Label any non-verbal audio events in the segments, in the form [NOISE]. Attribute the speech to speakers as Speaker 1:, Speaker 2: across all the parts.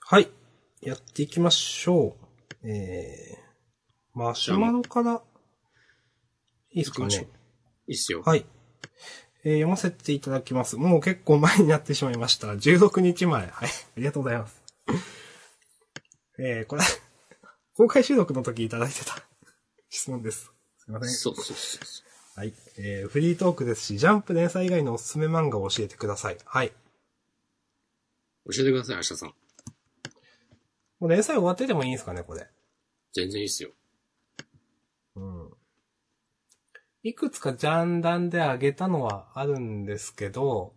Speaker 1: はい。やっていきましょう。えー、マシュマロから、いいですか
Speaker 2: 行きましょ
Speaker 1: ね。
Speaker 2: いいっすよ。
Speaker 1: はい。えー読ませていただきます。もう結構前になってしまいました。16日前。はい。ありがとうございます。えー、これ、公開収録の時いただいてた質問です。すいません。
Speaker 2: そうそうそうそ
Speaker 1: はい。えー、フリートークですし、ジャンプ連載以外のおすすめ漫画を教えてください。はい。
Speaker 2: う。教えてください、明日さん。
Speaker 1: もう連載終わっててもいいんですかね、これ。
Speaker 2: 全然いいっすよ。
Speaker 1: うん。いくつかジャンダンであげたのはあるんですけど、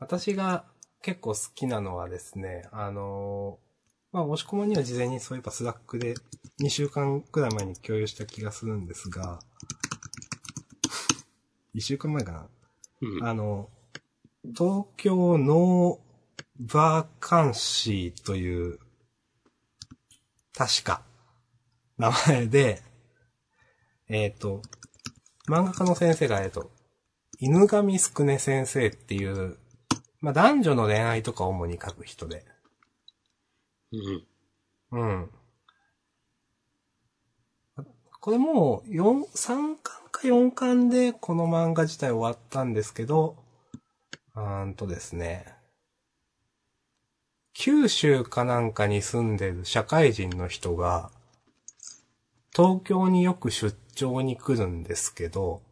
Speaker 1: 私が結構好きなのはですね、あのーまあ、押し込まには事前にそういえばスラックで2週間くらい前に共有した気がするんですが、1週間前かな
Speaker 2: うん。
Speaker 1: あの、東京ノーバーカンシーという、確か、名前で、えっ、と、漫画家の先生が、えっ、と、犬神すくね先生っていう、まあ、男女の恋愛とかを主に書く人で、
Speaker 2: うん。
Speaker 1: うん。これもう、4、3巻か4巻でこの漫画自体終わったんですけど、うーんとですね、九州かなんかに住んでる社会人の人が、東京によく出張に来るんですけど、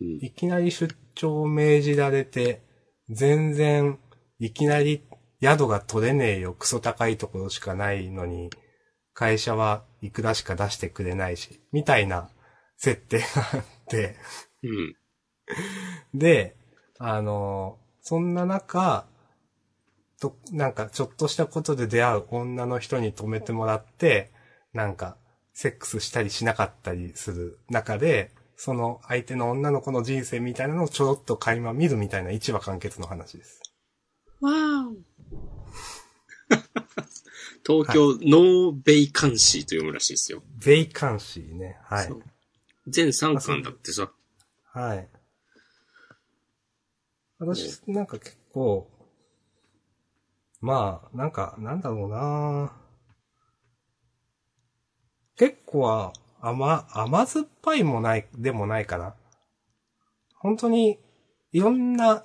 Speaker 2: うん。
Speaker 1: いきなり出張を命じられて、全然、いきなり宿が取れねえよ、クソ高いところしかないのに、会社はいくらしか出してくれないし、みたいな設定があって、
Speaker 2: うん。
Speaker 1: で、あの、そんな中、と、なんか、ちょっとしたことで出会う女の人に止めてもらって、なんか、セックスしたりしなかったりする中で、その相手の女の子の人生みたいなのをちょろっと垣間見るみたいな一話完結の話です。
Speaker 2: わお。 [LAUGHS] 東京、ノーベイカンシーと読むらしいですよ。
Speaker 1: ベイカンシーね。はい
Speaker 2: そ。う。全3巻だってさ。
Speaker 1: はい。私、なんか結構、まあ、なんか、なんだろうな結構は、甘、甘酸っぱいもない、でもないかな。本当に、いろんな、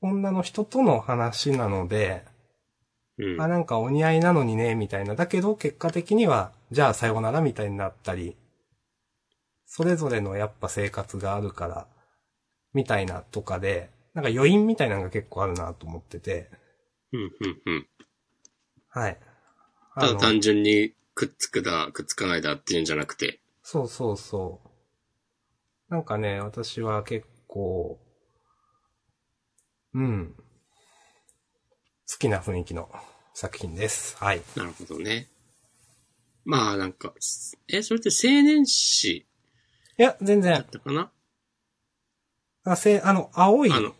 Speaker 1: 女の人との話なので、
Speaker 2: うん。
Speaker 1: あ、なんかお似合いなのにね、みたいな。だけど、結果的には、じゃあさようならみたいになったり、それぞれのやっぱ生活があるから、みたいなとかで、なんか余韻みたいなのが結構あるなと思ってて、
Speaker 2: うん、うん、うん。
Speaker 1: はい。あ
Speaker 2: ただ
Speaker 1: の
Speaker 2: 単純にくっつくだ、くっつかないだっていうんじゃなくて。
Speaker 1: そうそうそう。なんかね、私は結構、うん。好きな雰囲気の作品です。はい。
Speaker 2: なるほどね。まあなんか、え、それって青年誌
Speaker 1: いや、全
Speaker 2: だ
Speaker 1: 然
Speaker 2: っ、たかな
Speaker 1: あ、せ、あの、青い、
Speaker 2: あの、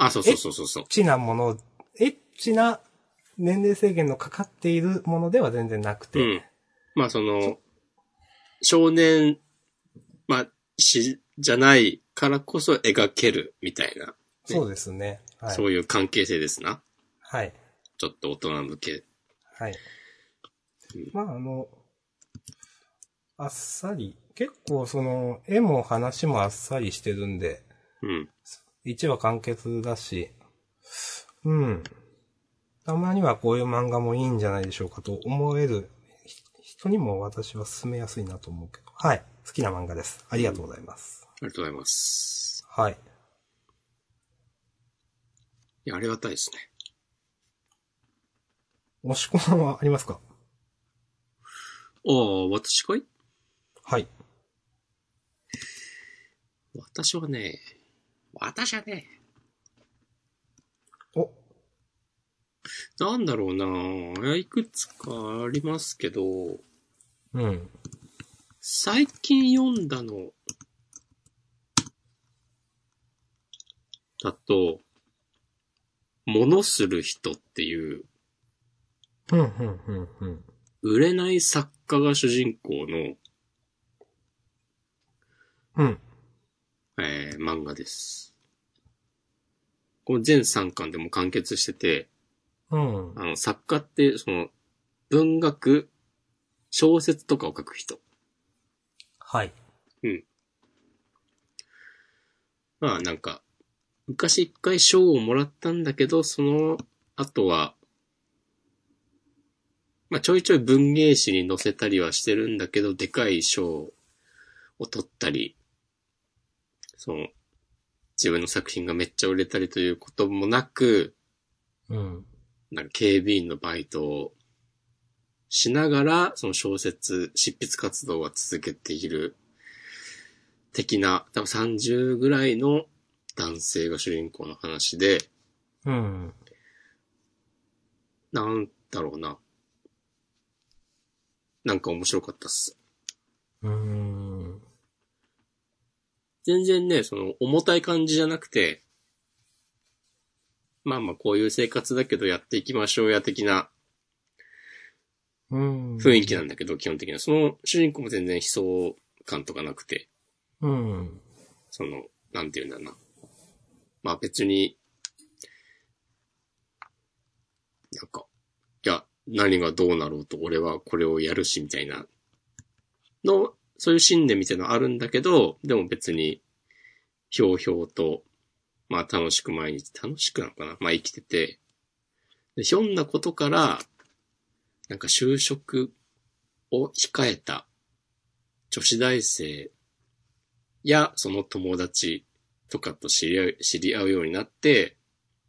Speaker 2: あ、そうそうそうそうそう
Speaker 1: エッ。チなもの、エッチな年齢制限のかかっているものでは全然なくて。
Speaker 2: うん。まあその、少年、まあ、詩じゃないからこそ描けるみたいな、
Speaker 1: そうですね。はい。
Speaker 2: そういう関係性ですな。
Speaker 1: はい。
Speaker 2: ちょっと大人向け。
Speaker 1: はい。
Speaker 2: うん
Speaker 1: まあ、あの、あっさり、結構その、絵も話もあっさりしてるんで、
Speaker 2: うん。
Speaker 1: 1話完結だし、うん。たまにはこういう漫画もいいんじゃないでしょうかと思えるひ人にも私は勧めやすいなと思うけど。はい。好きな漫画です。ありがとうございます。
Speaker 2: ありがとうございます。
Speaker 1: はい。
Speaker 2: いや、ありがたいですね。
Speaker 1: 押し込まはありますか
Speaker 2: おー、私かい
Speaker 1: はい。
Speaker 2: 私はね、私はね、
Speaker 1: お、
Speaker 2: なんだろうなぁ。いやいくつかありますけど、
Speaker 1: うん。
Speaker 2: 最近読んだの、だと、ものする人っていう、
Speaker 1: うん、うん、うん、うん。
Speaker 2: 売れない作家が主人公の、
Speaker 1: うん。
Speaker 2: えー漫画です。この全3巻でも完結してて、
Speaker 1: うん。
Speaker 2: あの、作家って、その、文学、小説とかを書く人。
Speaker 1: はい。
Speaker 2: まあなんか、昔一回賞をもらったんだけど、その後は、まあちょいちょい文芸誌に載せたりはしてるんだけど、でかい賞を取ったり、その、自分の作品がめっちゃ売れたりということもなく、
Speaker 1: うん。
Speaker 2: なんか警備員のバイトをしながら、その小説、執筆活動は続けている、的な、多分30ぐらいの男性が主人公の話で、
Speaker 1: うん。
Speaker 2: なんだろうな。なんか面白かったっす。
Speaker 1: うーん。
Speaker 2: 全然ね、その、重たい感じじゃなくて、まあまあこういう生活だけどやっていきましょうや的な
Speaker 1: うん。
Speaker 2: 雰囲気なんだけど、基本的には。その主人公も全然悲壮感とかなくて、
Speaker 1: うん。
Speaker 2: その、なんていうんだろうな。まあ別に、なんか、いや、何がどうなろうと俺はこれをやるしみたいな、の、そういう信念みたいなのあるんだけど、でも別に、ひょうひょうと、まあ楽しく毎日、楽しくなのかなまあ生きてて、でひょんなことから、なんか就職を控えた女子大生や、その友達とかと知り合う、知り合うようになって、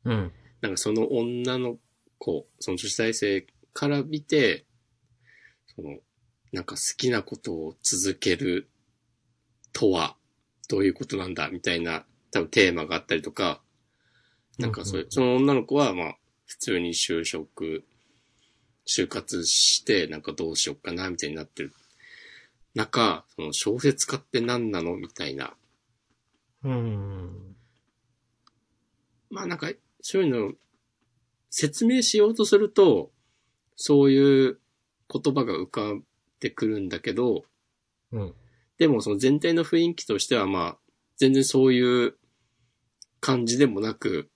Speaker 1: うん。
Speaker 2: なんかその女の子、その女子大生から見て、その、なんか好きなことを続けるとは、どういうことなんだ、みたいな、多分テーマがあったりとか、なんかそういうう、その女の子は、まあ、普通に就職、就活して、なんかどうしよっかな、みたいになってる。中、その小説家って何なのみたいな。
Speaker 1: うん。
Speaker 2: まあなんか、そういうのを説明しようとすると、そういう言葉が浮かんでくるんだけど、
Speaker 1: うん。
Speaker 2: でもその全体の雰囲気としてはまあ、全然そういう感じでもなく、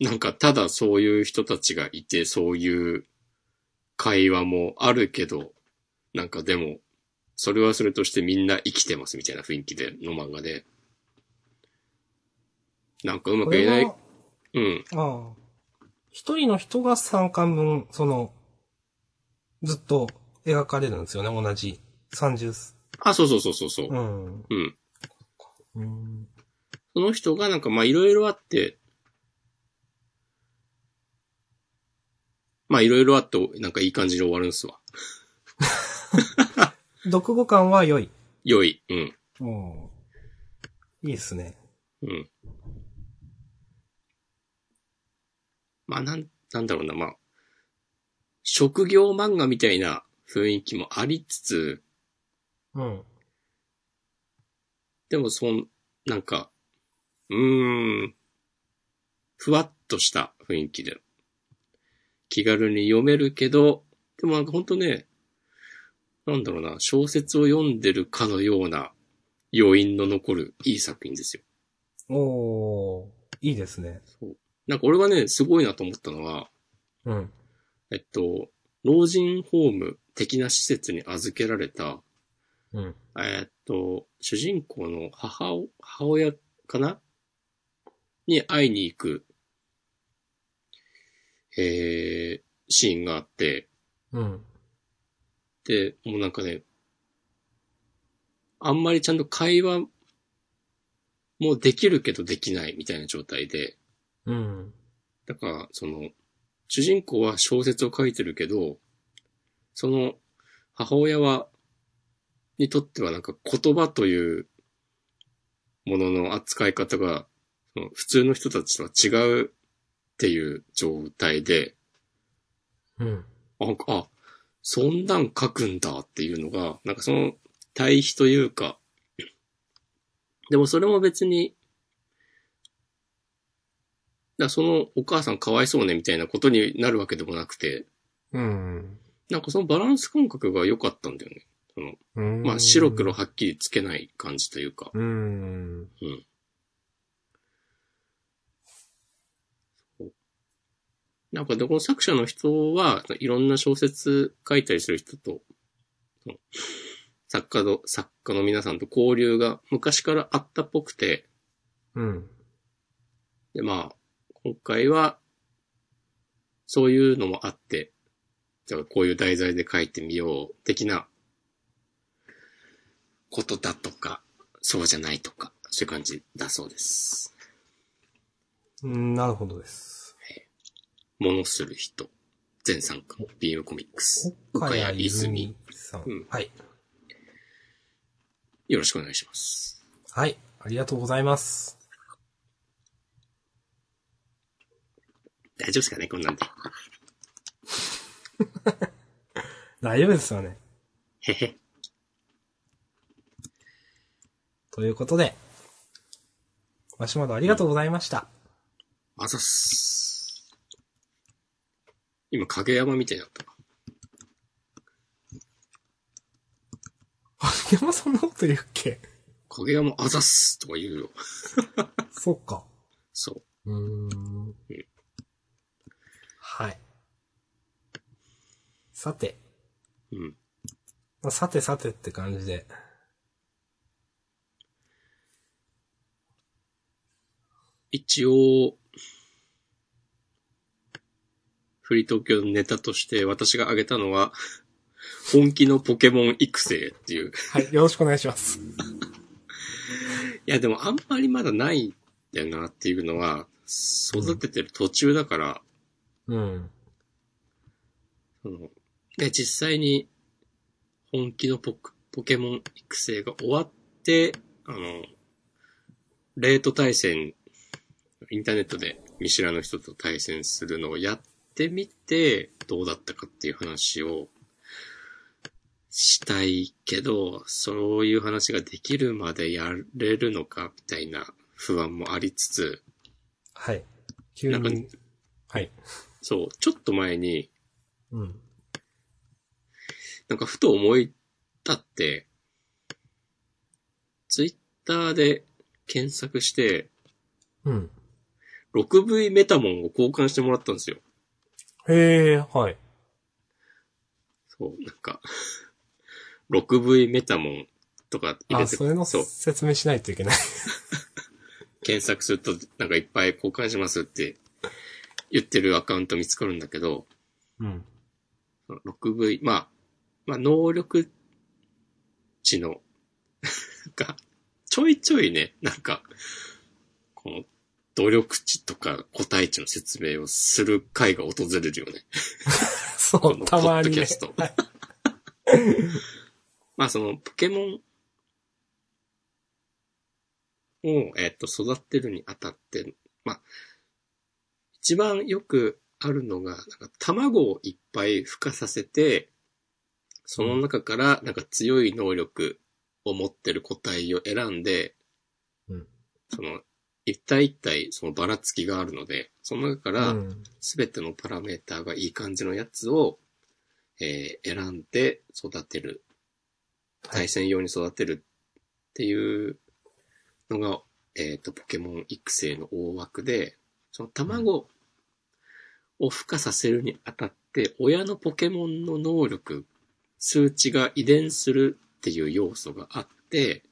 Speaker 2: なんかただそういう人たちがいて、そういう会話もあるけど、なんかでも、それはそれとしてみんな生きてますみたいな雰囲気で、の漫画で。なんかうま
Speaker 1: こ
Speaker 2: く言えな
Speaker 1: れ
Speaker 2: い
Speaker 1: は、、
Speaker 2: うん。
Speaker 1: ああ。一人の人が3巻分、その、ずっと描かれるんですよね、同じ。30、
Speaker 2: あ、そうそうそうそうそうう。
Speaker 1: ん。
Speaker 2: うん。
Speaker 1: うん。
Speaker 2: その人がなんかまあいろいろあって、まあいろいろあって、なんかいい感じで終わるんすわ。
Speaker 1: 読語感は良い。
Speaker 2: 良い。うん。
Speaker 1: うん。いいですね。
Speaker 2: うん。まあなん、なんだろうな、まあ、職業漫画みたいな雰囲気もありつつ、
Speaker 1: うん。
Speaker 2: でもそん、なんか、うーん、ふわっとした雰囲気で、気軽に読めるけど、でもなんかほんとね、なんだろうな、小説を読んでるかのような余韻の残るいい作品ですよ。
Speaker 1: おー、いいですね。
Speaker 2: そう。なんか俺がね、すごいなと思ったのは、
Speaker 1: うん。
Speaker 2: えっと、老人ホーム的な施設に預けられた、
Speaker 1: うん。
Speaker 2: えーっと、主人公の母を、母親かなに会いに行く、えー、シーンがあって、
Speaker 1: うん。
Speaker 2: で、もうなんかね、あんまりちゃんと会話もできるけどできないみたいな状態で、
Speaker 1: うん。
Speaker 2: だから、その、主人公は小説を書いてるけど、その、母親は、にとってはなんか言葉というものの扱い方が、その普通の人たちとは違うっていう状態で、
Speaker 1: うん。
Speaker 2: あ、あそんなん書くんだっていうのが、なんかその対比というか、でもそれも別に、だからそのお母さんかわいそうねみたいなことになるわけでもなくて、
Speaker 1: うん。
Speaker 2: なんかそのバランス感覚が良かったんだよね。その、
Speaker 1: うん。
Speaker 2: まあ白黒はっきりつけない感じというか。
Speaker 1: うん。
Speaker 2: なんかで、この作者の人は、いろんな小説書いたりする人と、その作家の、作家の皆さんと交流が昔からあったっぽくて、
Speaker 1: うん。
Speaker 2: で、まあ、今回は、そういうのもあって、じゃあこういう題材で書いてみよう、的な、ことだとか、そうじゃないとか、そういう感じだそうです。
Speaker 1: うん、なるほどです。
Speaker 2: 物する人。全参加。ビームコミックス。
Speaker 1: 岡
Speaker 2: 岡
Speaker 1: 谷
Speaker 2: 谷
Speaker 1: 泉
Speaker 2: 泉
Speaker 1: さん,、
Speaker 2: うん
Speaker 1: はい。
Speaker 2: よろしくお願いします。
Speaker 1: はい。ありがとうございます。
Speaker 2: 大丈夫ですかねこんなんで。
Speaker 1: 大丈夫ですよね。
Speaker 2: へへ。
Speaker 1: ということで、マシュマロありがとうございました。
Speaker 2: あざっす。今、影山みたいになった。
Speaker 1: 影山さんのこと言うっけ
Speaker 2: 影山あざっすとか言うよ。
Speaker 1: そっか。
Speaker 2: そ
Speaker 1: ー
Speaker 2: う
Speaker 1: ん
Speaker 2: うん。
Speaker 1: はい。さて、
Speaker 2: う。うん。
Speaker 1: まあさてさてって感じで。
Speaker 2: 一応、フリー東京のネタとして私が挙げたのは、本気のポケモン育成っていう。
Speaker 1: はい、よろしくお願いします。
Speaker 2: いや、でもあんまりまだないんだよなっていうのは、育ててる途中だから、
Speaker 1: うん。
Speaker 2: そので、実際に本気のポクポケモン育成が終わって、あの、レート対戦、インターネットで見知らぬ人と対戦するのをやってみて、どうだったかっていう話をしたいけど、そういう話ができるまでやれるのか、みたいな不安もありつつ、
Speaker 1: はい。急
Speaker 2: なん
Speaker 1: に
Speaker 2: か。
Speaker 1: はい。
Speaker 2: そう、ちょっと前に、
Speaker 1: うん。
Speaker 2: なんかふと思い立って、ツイッターで検索して、
Speaker 1: うん。
Speaker 2: 6V メタモンを交換してもらったんですよ。
Speaker 1: へえ、はい。
Speaker 2: そう、なんか、6V メタモンとか入れ
Speaker 1: あ、
Speaker 2: て、
Speaker 1: それの
Speaker 2: そう、
Speaker 1: 説明しないといけない。
Speaker 2: 検索するとなんかいっぱい交換しますって言ってるアカウント見つかるんだけど、
Speaker 1: うん。
Speaker 2: 6V、まあ、まあ、能力値の、なんか、ちょいちょいね、なんか、この、努力値とか個体値の説明をする回が訪れるよね。
Speaker 1: [LAUGHS] そ
Speaker 2: こ
Speaker 1: う、
Speaker 2: の
Speaker 1: た
Speaker 2: ポ
Speaker 1: ま
Speaker 2: ッド
Speaker 1: に
Speaker 2: キ
Speaker 1: ね
Speaker 2: ャ。スト。 [LAUGHS] まあ、その、ポケモンを、えっ、と、育てるにあたって、まあ、一番よくあるのが、なんか卵をいっぱい孵化させて、その中から、なんか強い能力を持ってる個体を選んで、
Speaker 1: うん
Speaker 2: その、一体一体、そのばらつきがあるので、その中か
Speaker 1: う
Speaker 2: ら、
Speaker 1: ん。
Speaker 2: すべてのパラメーターがいい感じのやつを、えー選んで育てる。
Speaker 1: はい
Speaker 2: 対戦用に育てるっていうのが、えっ、と、ポケモン育成の大枠で、その卵を孵化させるにあたって、親のポケモンの能力、数値が遺伝するっていう要素があって、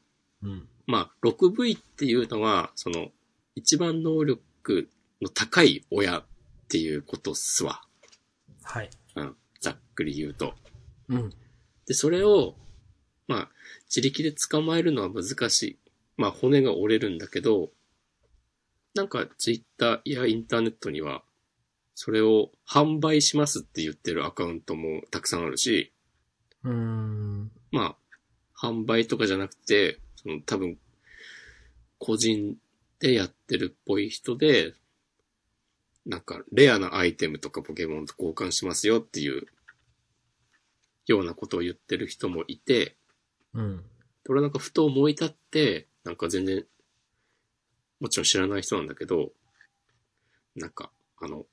Speaker 1: うん。
Speaker 2: まあ、6V っていうのは、その、一番能力の高い親っていうことっすわ。
Speaker 1: はい。
Speaker 2: うん。ざっくり言うと。
Speaker 1: うん。
Speaker 2: で、それを、まあ、自力で捕まえるのは難しい。まあ、骨が折れるんだけど、なんか、ツイッターやインターネットには、それを販売しますって言ってるアカウントもたくさんあるし、
Speaker 1: うーん。
Speaker 2: まあ、販売とかじゃなくて、その多分、個人でやってるっぽい人で、なんか、レアなアイテムとかポケモンと交換しますよっていう、ようなことを言ってる人もいて、
Speaker 1: うん。
Speaker 2: で俺なんかふと思い立って、なんか全然、もちろん知らない人なんだけど、なんか、あの、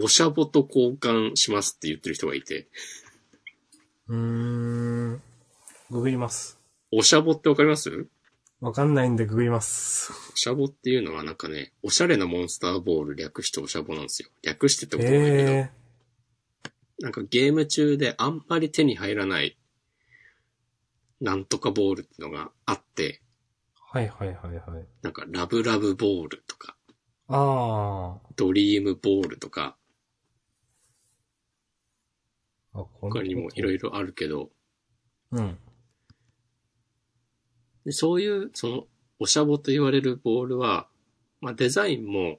Speaker 2: おしゃぼと交換しますって言ってる人がいて、
Speaker 1: うーん。ググります。
Speaker 2: おしゃぼってわかります
Speaker 1: わわかんないんでググります。
Speaker 2: おしゃぼっていうのはなんかね、おしゃれなモンスターボール略しておしゃぼなんですよ。略してってことないけど、
Speaker 1: え
Speaker 2: なんかゲーム中であんまり手に入らない、なんとかボールってのがあって、
Speaker 1: ー、はいはいはいはい。
Speaker 2: なんかラブラブボールとか、
Speaker 1: あ
Speaker 2: ドリームボールとか、
Speaker 1: ーあ。
Speaker 2: 他にもいろ
Speaker 1: い
Speaker 2: いろあるけど、
Speaker 1: ろ。うん。
Speaker 2: でそういう、その、おしゃぼと言われるボールは、まあデザインも、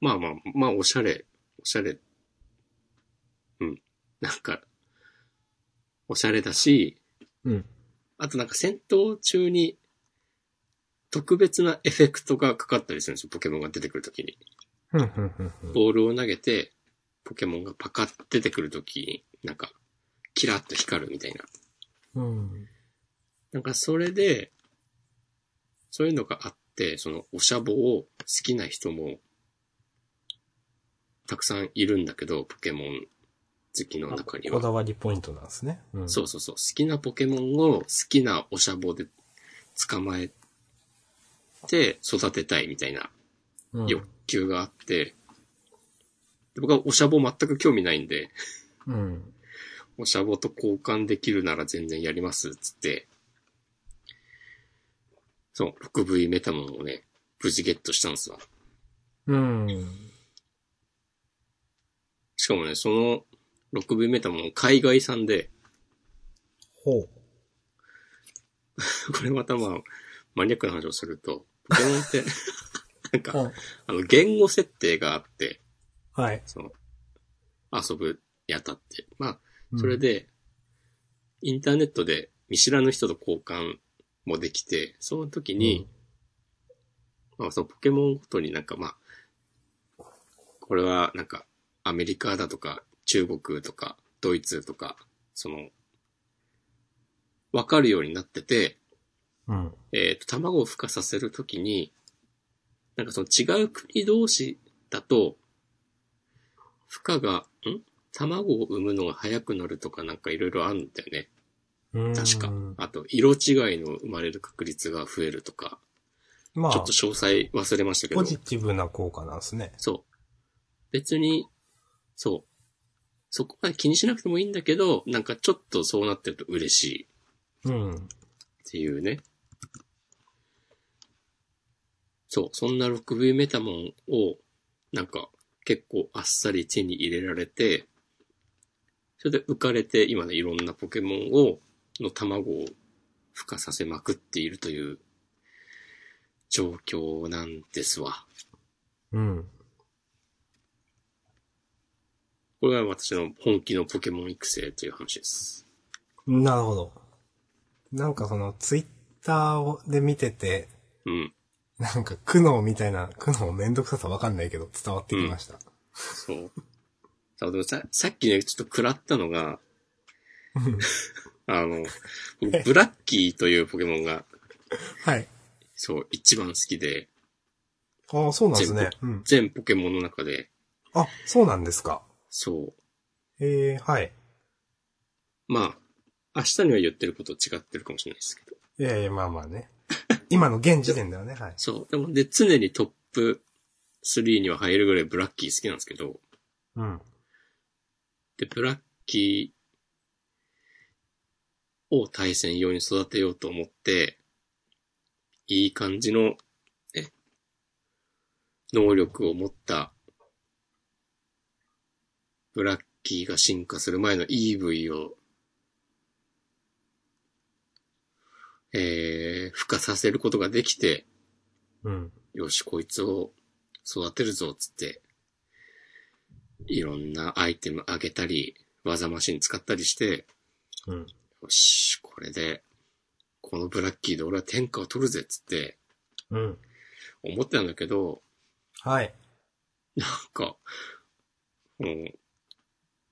Speaker 2: まあまあ、まあおしゃれ、おしゃれ。うん。なんか、おしゃれだし、
Speaker 1: うん。
Speaker 2: あとなんか戦闘中に特別なエフェクトがかかったりするんですよ、ポケモンが出てくるときに。
Speaker 1: ふんふんふんふん。
Speaker 2: ボールを投げて、ポケモンがパカッて出てくるときに、なんか、キラッと光るみたいな。
Speaker 1: うん。
Speaker 2: なんかそれで、そういうのがあって、そのおしゃぼを好きな人も、たくさんいるんだけど、ポケモン好きの中に
Speaker 1: こ
Speaker 2: は。
Speaker 1: だわりポイントなんですね。うん。
Speaker 2: そうそうそう。好きなポケモンを好きなおしゃぼで捕まえて育てたいみたいな
Speaker 1: うん。
Speaker 2: 欲求があって、で僕はおしゃぼ全く興味ないんで、
Speaker 1: うん。
Speaker 2: おしゃぼと交換できるなら全然やります、つって。そう、6V メタモンをね、無事ゲットしたんですわ。
Speaker 1: うん。
Speaker 2: しかもね、その 6V メタモン海外産で、 [LAUGHS]
Speaker 1: ほう。
Speaker 2: これまたまあ、マニアックな話をすると、ポケモンって、 [LAUGHS] なんか、
Speaker 1: うん
Speaker 2: あの、言語設定があって、
Speaker 1: はい。
Speaker 2: その、遊ぶにあたって。まあ、それで、インターネットで見知らぬ人と交換もできて、その時に、まあ、そのポケモンごとになんかまあ、これはなんか、アメリカだとか、中国とか、ドイツとか、その、わかるようになってて、
Speaker 1: うん。
Speaker 2: えっ、と、卵を孵化させるときに、なんかその違う国同士だと、孵化が、ん卵を産むのが早くなるとかなんかいろいろあるんだよね。
Speaker 1: うん。
Speaker 2: 確か
Speaker 1: うん。
Speaker 2: あと、色違いの生まれる確率が増えるとか、
Speaker 1: まあ
Speaker 2: ちょっ、と詳細忘れましたけど
Speaker 1: ポ。ジティブな効果なんですね。
Speaker 2: そう。別に、そう。そこまで気にしなくてもいいんだけど、なんかちょっとそうなってると嬉しい。
Speaker 1: うん。
Speaker 2: っていうね。そう、そんな 6V メタモンを、なんか、結構あっさり手に入れられて、それで浮かれて、今ね、いろんなポケモンを、の卵を孵化させまくっているという、状況なんですわ。
Speaker 1: うん。
Speaker 2: これが私の本気のポケモン育成という話です。
Speaker 1: なるほど。なんかその、ツイッターで見てて、
Speaker 2: うん。
Speaker 1: なんか苦悩みたいな、苦悩めんどくささわかんないけど伝わってきました。
Speaker 2: そう。そう、でもさ、さっきね、ちょっと食らったのが、 [LAUGHS] あの、僕ブラッキーというポケモンが、
Speaker 1: はい。
Speaker 2: そう、一番好きで、
Speaker 1: ああ、そうなんですね。うん。
Speaker 2: 全ポケモンの中で、
Speaker 1: あ、そうなんですか。
Speaker 2: そう、
Speaker 1: ええはい。
Speaker 2: まあ、明日には言ってること違ってるかもしれないですけど、
Speaker 1: いやいや、まあまあね。
Speaker 2: [LAUGHS]
Speaker 1: 今の現時点ではね、はい。
Speaker 2: そう、でも、で、常にトップ3には入るぐらいブラッキー好きなんですけど、
Speaker 1: うん。
Speaker 2: で、ブラッキーを対戦用に育てようと思って、いい感じの、え、能力を持った、ブラッキーが進化する前の EV を、えー、孵化させることができて、
Speaker 1: うん。
Speaker 2: よし、こいつを育てるぞ、つって、いろんなアイテムあげたり、技マシン使ったりして、
Speaker 1: うん。
Speaker 2: よし、これで、このブラッキーで俺は天下を取るぜ、つって
Speaker 1: うん。
Speaker 2: 思ってたんだけど、
Speaker 1: はい。
Speaker 2: なんか、もう、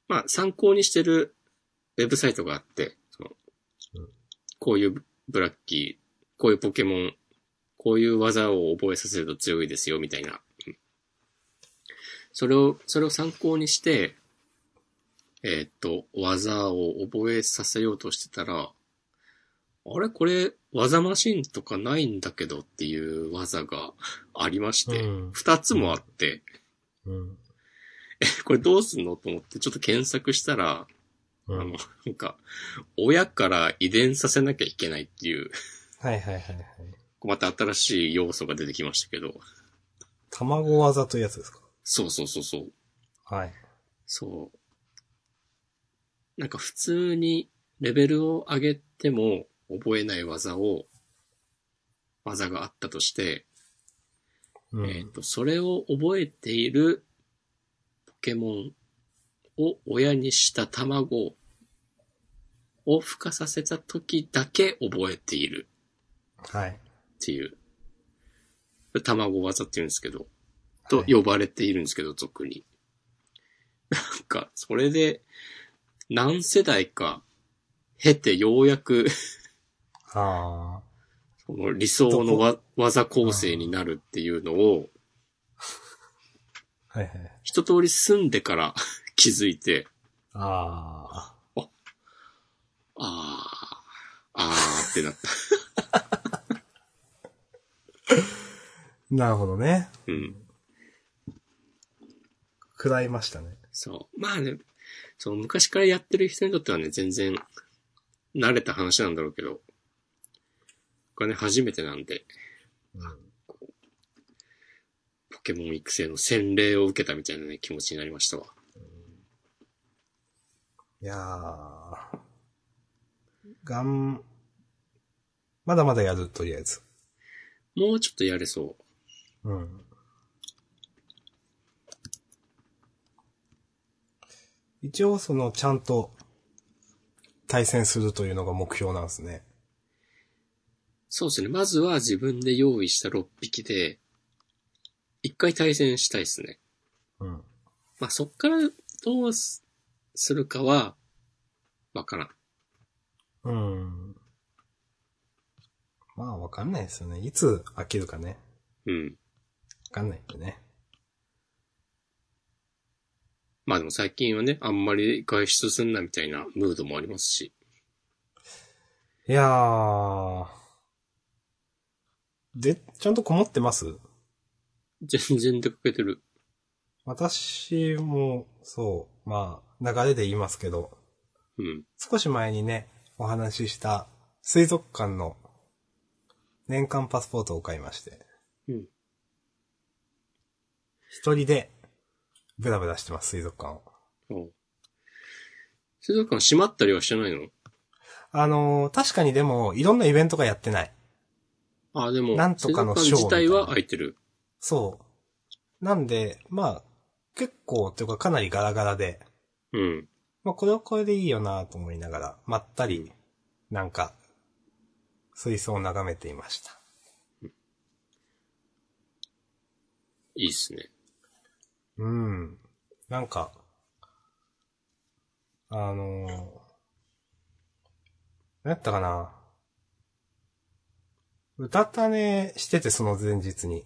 Speaker 2: まあ、参考にしてるウェブサイトがあって、その
Speaker 1: うん
Speaker 2: こういうブラッキー、こういうポケモン、こういう技を覚えさせると強いですよ、みたいな。うんそれを、それを参考にして、えーっと、技を覚えさせようとしてたら、ああれこれ、技マシンとかないんだけどっていう技がありまして
Speaker 1: うん、
Speaker 2: 二、つもあって、
Speaker 1: うん。
Speaker 2: これどうすんのと思ってちょっと検索したら、
Speaker 1: う
Speaker 2: あ
Speaker 1: ん
Speaker 2: の、なんか、親から遺伝させなきゃいけないっていう、
Speaker 1: はいはいはいはい。
Speaker 2: また新しい要素が出てきましたけど、
Speaker 1: 卵技というやつですか
Speaker 2: そうそうそうそう。
Speaker 1: はい。
Speaker 2: そう。なんか普通にレベルを上げても覚えない技を、技があったとして、
Speaker 1: うん。
Speaker 2: えっ、と、それを覚えているポケモンを親にした卵を孵化させた時だけ覚えている
Speaker 1: はい。
Speaker 2: っていう、卵技って言うんですけど、と
Speaker 1: はい
Speaker 2: 呼ばれているんですけど、俗に。なんか、それで、何世代か経てようやく、
Speaker 1: あ
Speaker 2: その理想のわ技構成になるっていうのを、
Speaker 1: あ。はいはい。
Speaker 2: 一通り住んでから気づいて、
Speaker 1: ああ。
Speaker 2: あー、あーってなった。
Speaker 1: なるほどね。
Speaker 2: うん。
Speaker 1: 食らいましたね。
Speaker 2: そう。まあね、その昔からやってる人にとってはね、全然慣れた話なんだろうけど、僕はね、初めてなんで、ポケモン育成の洗礼を受けたみたいなね、気持ちになりましたわ。
Speaker 1: いやー。がん、まだまだやる、とりあえず。
Speaker 2: もうちょっとやれそ
Speaker 1: うん。一応、その、ちゃんと、対戦するというのが目標なんですね。
Speaker 2: う。そうですね。まずは自分で用意した6匹で、一回対戦したいですね。
Speaker 1: うん。
Speaker 2: まあそっからどうすするかは、わからん。
Speaker 1: うん。まあ、わかんないですよね。いつ飽きるかね。
Speaker 2: うん。
Speaker 1: わかんないんでね。
Speaker 2: まあでも最近はね、あんまり外出すんなみたいなムードもありますし。
Speaker 1: いやー。で、ちゃんとこもってます
Speaker 2: 全然出かけてる。
Speaker 1: 私も、そう、まあ、流れで言いますけど、
Speaker 2: うん。
Speaker 1: 少し前にね、お話しした水族館の年間パスポートを買いまして、
Speaker 2: うん。
Speaker 1: 一人でブラブラしてます、水族館を。
Speaker 2: そう。水族館閉まったりはしてないの
Speaker 1: あのー確かにでも、いろんなイベントがやってない。
Speaker 2: ああ、でも、
Speaker 1: なんとかの
Speaker 2: 水族館
Speaker 1: ショー
Speaker 2: 自体
Speaker 1: みたいな
Speaker 2: は空いてる。
Speaker 1: そう。なんで、まあ、結構、というかかなりガラガラで、
Speaker 2: うん。
Speaker 1: まあ、これはこれでいいよなと思いながら、まったり、なんか、水槽を眺めていました。
Speaker 2: いいっすね。
Speaker 1: うん。なんか、あのー、何やったかな。うたた寝してて、その前日に。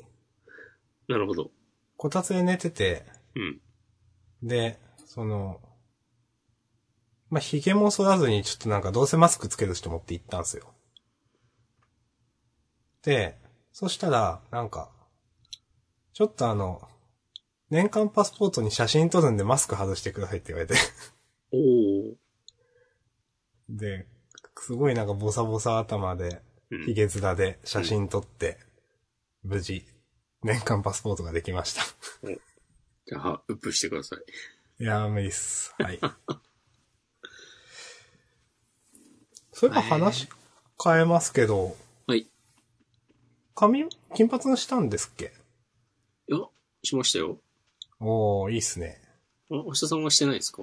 Speaker 2: なるほど。
Speaker 1: こたつで寝てて、
Speaker 2: うん。
Speaker 1: で、その、まあ、髭も剃らずに、ちょっとなんかどうせマスクつける人持って行ったんですよ。で、そしたら、なんか、ちょっとあの、年間パスポートに写真撮るんでマスク外してくださいって言われ [LAUGHS] て。
Speaker 2: おお。
Speaker 1: で、すごいなんかボサボサ頭で、
Speaker 2: うん
Speaker 1: 髭面で写真撮って、無事、年間パスポートができました。
Speaker 2: じゃあ、ウップしてください。
Speaker 1: いやー、無理っす。はい。そういえば話変えますけど、
Speaker 2: はい。い
Speaker 1: 髪、金髪にしたんですっけ
Speaker 2: や、しましたよ。
Speaker 1: おー、いいっすね。
Speaker 2: あ、お医者さんはしてないですか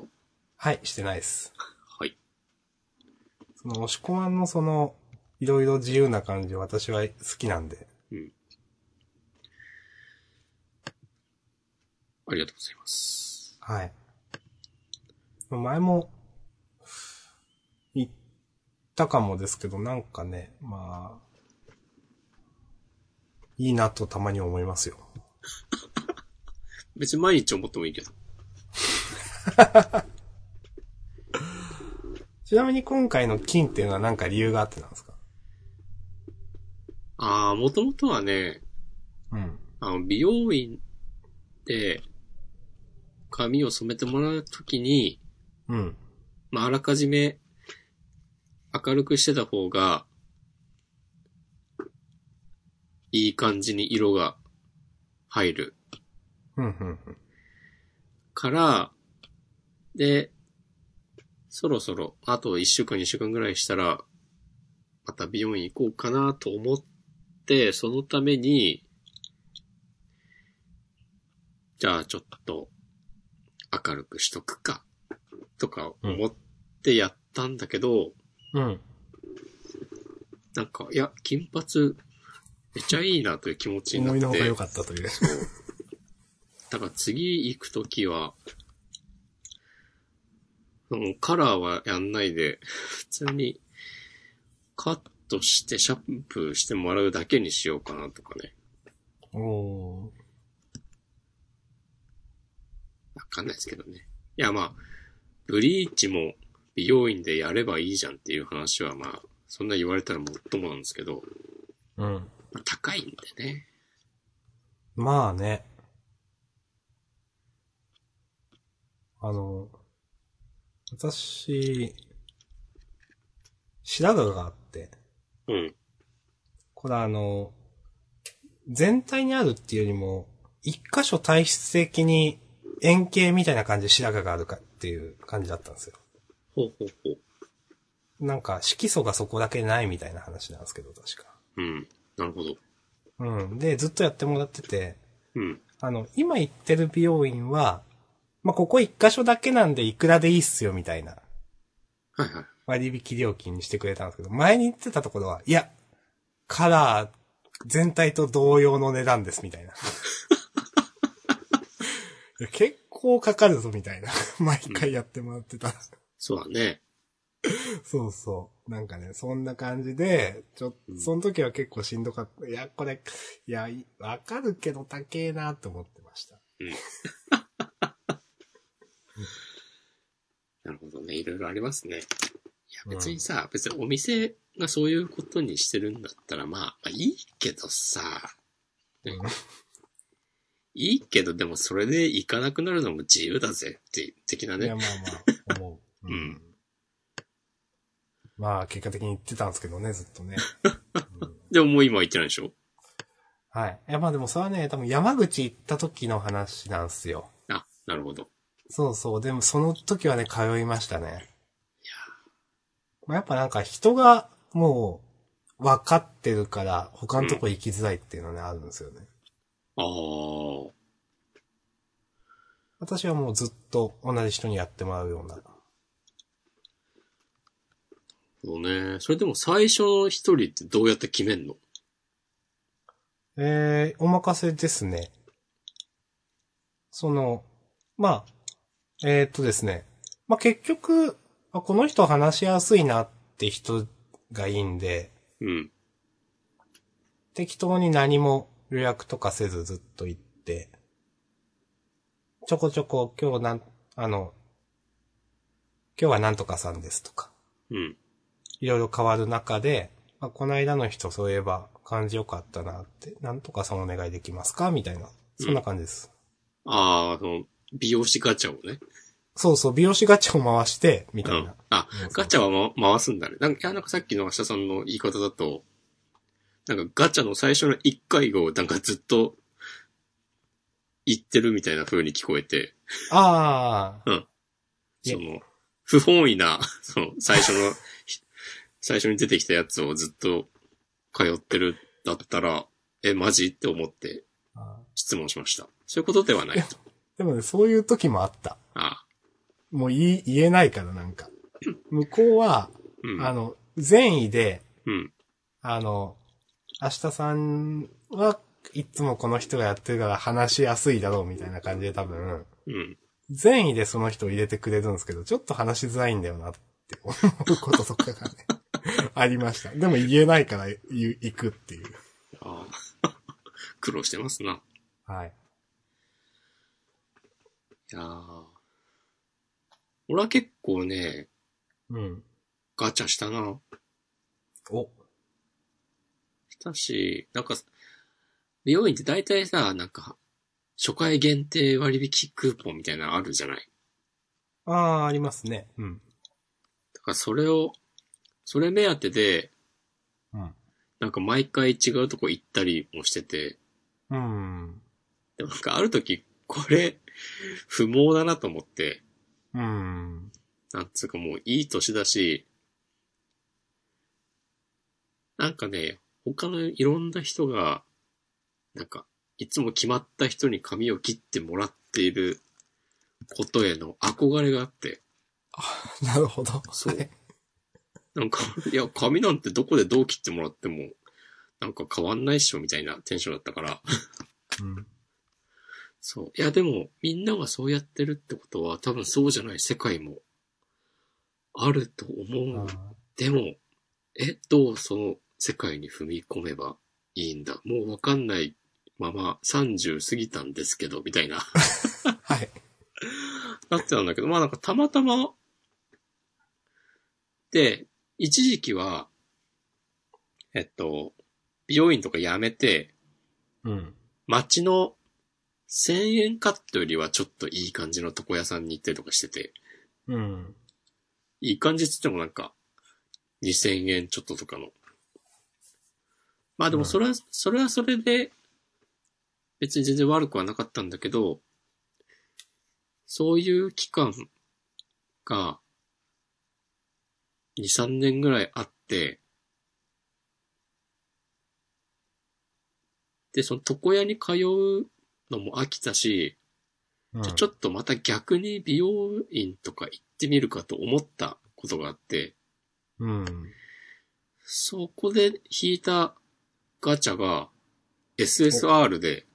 Speaker 1: はい、してないっす。
Speaker 2: はい。
Speaker 1: その、押し込まんのその、いろいろ自由な感じ、私は好きなんで。
Speaker 2: ありがとうございます。
Speaker 1: はい。前も、言ったかもですけど、なんかね、まあ、いいなとたまに思いますよ。
Speaker 2: 別に毎日思ってもいいけど。
Speaker 1: ちなみに今回の金っていうのは何か理由があってなんですか
Speaker 2: ああ、もともとはね、
Speaker 1: うん。
Speaker 2: あの、美容院で髪を染めてもらうときに、
Speaker 1: うん。
Speaker 2: まあ、あらかじめ明るくしてた方が、いい感じに色が入る
Speaker 1: うん、うん、うん。
Speaker 2: から、で、そろそろ、あと1週間2週間ぐらいしたら、また美容院行こうかなと思って、そのために、じゃあちょっと明るくしとくか、とか思ってやったんだけど、
Speaker 1: うん。
Speaker 2: なんか、いや、金髪、めっちゃいいなという気持ちにな
Speaker 1: 思いの
Speaker 2: っ
Speaker 1: ほ
Speaker 2: て
Speaker 1: か、良かったという。
Speaker 2: だから次行くときは、もうカラーはやんないで、普通にカットしてシャンプーしてもらうだけにしようかなとかね。
Speaker 1: おー。
Speaker 2: わかんないですけどね。いや、まあ、ブリーチも美容院でやればいいじゃんっていう話はまあ、そんな言われたらもっともなんですけど、
Speaker 1: うん。
Speaker 2: まあ高いんでね。
Speaker 1: まあね。あの、私、白髪があって、
Speaker 2: うん。
Speaker 1: これあの、全体にあるっていうよりも、一箇所体質的に円形みたいな感じで白髪があるかっていう感じだったんですよ。
Speaker 2: ほうほうほう。
Speaker 1: なんか色素がそこだけないみたいな話なんですけど、確か。
Speaker 2: うん。なるほど。
Speaker 1: うん。で、ずっとやってもらってて、
Speaker 2: うん。
Speaker 1: あの、今行ってる美容院は、まあ、ここ一箇所だけなんでいくらでいいっすよみたいな
Speaker 2: はいはい。
Speaker 1: 割引料金にしてくれたんですけど、前に行ってたところは、いや、カラー全体と同様の値段ですみたい [LAUGHS] な。いや結構かかるぞみたいな。毎回やってもらってた。
Speaker 2: そうだね。
Speaker 1: そうそう。なんかね、そんな感じで、ちょっと、その時は結構しんどかった。いや、これ、いや、いわかるけど高えなと思ってました。
Speaker 2: なるほどね。いろいろありますね。いや、別にさ、別にお店がそういうことにしてるんだったら、まあ、まあ、いいけどさ、ね
Speaker 1: うん
Speaker 2: いいけど、でもそれで行かなくなるのも自由だぜって、的ない
Speaker 1: や、
Speaker 2: ね。
Speaker 1: まあまあ、思 [LAUGHS] う。
Speaker 2: うん
Speaker 1: まあ、結果的に言ってたんですけどね、ずっとね。うん
Speaker 2: でももう今行ってないでしょ
Speaker 1: はい。いや、まあでもそれはね、多分山口行った時の話なんですよ。
Speaker 2: あ、なるほど。
Speaker 1: そうそう。でもその時はね、通いましたね。まあ、やっぱなんか人がもう分かってるから、他のとこ行きづらいっていうのね、あるんですよね。
Speaker 2: ああ、
Speaker 1: 私はもうずっと同じ人にやってもらうような。
Speaker 2: そうね。それでも最初の一人ってどうやって決めんの
Speaker 1: えー、お任せですね。その、まあ、えー、っとですね。まあ、結局、あこの人話しやすいなって人がいいんで、
Speaker 2: うん。
Speaker 1: 適当に何も予約とかせずずっと行って、ちょこちょこ今日なん、あの、今日はなんとかさんですとか、
Speaker 2: うん。
Speaker 1: いろいろ変わる中で、あこの間の人そういえば感じよかったなって、なんとかさんお願いできますかみたいな、そんな感じです。
Speaker 2: ああ、その、美容師ガチャをね。
Speaker 1: そうそう、美容師ガチャを回して、みた
Speaker 2: う
Speaker 1: い
Speaker 2: ん
Speaker 1: な。。
Speaker 2: あ
Speaker 1: そうそう、
Speaker 2: ガチャは、ま、回すんだね。なんか、いやなんかさっきの明日さんの言い方だと、なんかガチャの最初の1回をなんかずっと言ってるみたいな風に聞こえて、
Speaker 1: ああ、いえ
Speaker 2: その、不本意な、 [LAUGHS] その、最初の、ひ最初に出てきたやつをずっと通ってるだったら、え、マジって思って
Speaker 1: あ
Speaker 2: 質問しました。そういうことではないと。
Speaker 1: ーでもね、そういう時もあった。
Speaker 2: あ
Speaker 1: もう言い、言えないからなんか。向こうは、
Speaker 2: うん。
Speaker 1: あの、善意で、
Speaker 2: うん。
Speaker 1: あの、明日さんはいつもこの人がやってるから話しやすいだろうみたいな感じで多分、
Speaker 2: うん。
Speaker 1: 善意でその人を入れてくれるんですけど、ちょっと話しづらいんだよなって思う [LAUGHS] こととかがね、ありました。でも言えないから言う行くっていう。
Speaker 2: ああ。 [LAUGHS] 苦労してますな。
Speaker 1: はい。
Speaker 2: いやー俺は結構ね、
Speaker 1: うん。
Speaker 2: ガチャしたな。
Speaker 1: お。
Speaker 2: したし、なんか、美容院って大体さ、なんか、初回限定割引クーポンみたいなのあるじゃない
Speaker 1: ああ、ありますね。うん。
Speaker 2: だからそれを、それ目当てで、
Speaker 1: うん。
Speaker 2: なんか毎回違うとこ行ったりもしてて、
Speaker 1: うん。
Speaker 2: でもなんかある時、これ、不毛だなと思って、
Speaker 1: うん。
Speaker 2: なんつうかもういい年だし、なんかね、他のいろんな人が、なんか、いつも決まった人に髪を切ってもらっていることへの憧れがあって、
Speaker 1: なるほど。
Speaker 2: そう
Speaker 1: はい
Speaker 2: なんか、いや、髪なんてどこでどう切ってもらっても、なんか変わんないっしょみたいなテンションだったから、
Speaker 1: うん。
Speaker 2: そう。いや、でも、みんながそうやってるってことは、多分そうじゃない世界も、あると思う
Speaker 1: あ
Speaker 2: でも、え、どうその世界に踏み込めばいいんだもうわかんないまま30過ぎたんですけど、みたいな、 [LAUGHS]
Speaker 1: ーはい。
Speaker 2: なってたんだけど、まあなんかたまたま、で、一時期は、えっと、美容院とか辞めて、
Speaker 1: うん。
Speaker 2: 街の1000円カットよりはちょっといい感じの床屋さんに行ったりとかしてて、
Speaker 1: うん。
Speaker 2: いい感じって言ってもなんか、2000円ちょっととかの。まあでもそれは、それはそれで、別に全然悪くはなかったんだけど、そういう期間が、2、3年ぐらいあって、で、その床屋に通うのも飽きたし、
Speaker 1: うん
Speaker 2: ちょっとまた逆に美容院とか行ってみるかと思ったことがあって、
Speaker 1: うん。
Speaker 2: そこで引いたガチャが SSR で、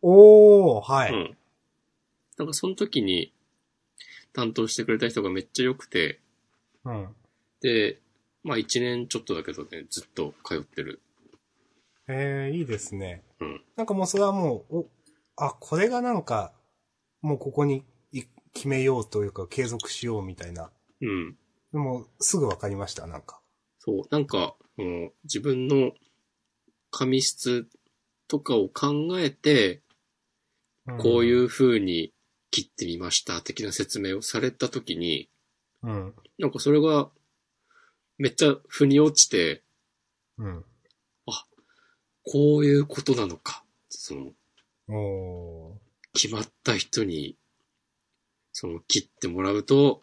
Speaker 1: おー、は
Speaker 2: う
Speaker 1: い。
Speaker 2: ん。なんかその時に担当してくれた人がめっちゃ良くて、
Speaker 1: うん。
Speaker 2: で、まあ1年ちょっとだけどね、ずっと通ってる。
Speaker 1: えー、いいですね。
Speaker 2: うん
Speaker 1: なんかもうそれはもう、お、あ、これがなんか、もうここにい決めようというか継続しようみたいな。
Speaker 2: うん。
Speaker 1: でも、すぐわかりました、なんか。。
Speaker 2: そう、なんか、もう自分の髪質とかを考えて、こういうう風に切ってみました的な説明をされた時に、
Speaker 1: うん。
Speaker 2: なんかそれがめっちゃ腑に落ちて、
Speaker 1: うん。
Speaker 2: こういうことなのか。その、
Speaker 1: おー。
Speaker 2: 決まった人に、その切ってもらうと、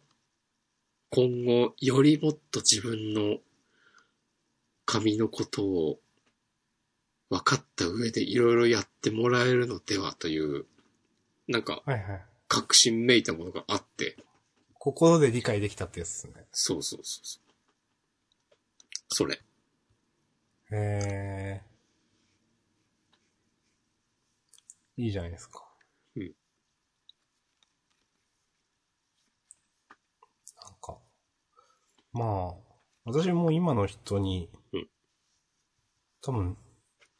Speaker 2: 今後よりもっと自分の髪のことを分かった上でいろいろやってもらえるのではという、なんか
Speaker 1: はいはい。
Speaker 2: 確信めいたものがあって、
Speaker 1: 心で理解できたってやつですね。
Speaker 2: そうそうそうそう。それ。
Speaker 1: へえ。いいじゃないですか。
Speaker 2: うん
Speaker 1: なんか、まあ、私も今の人に、
Speaker 2: うん
Speaker 1: 多分、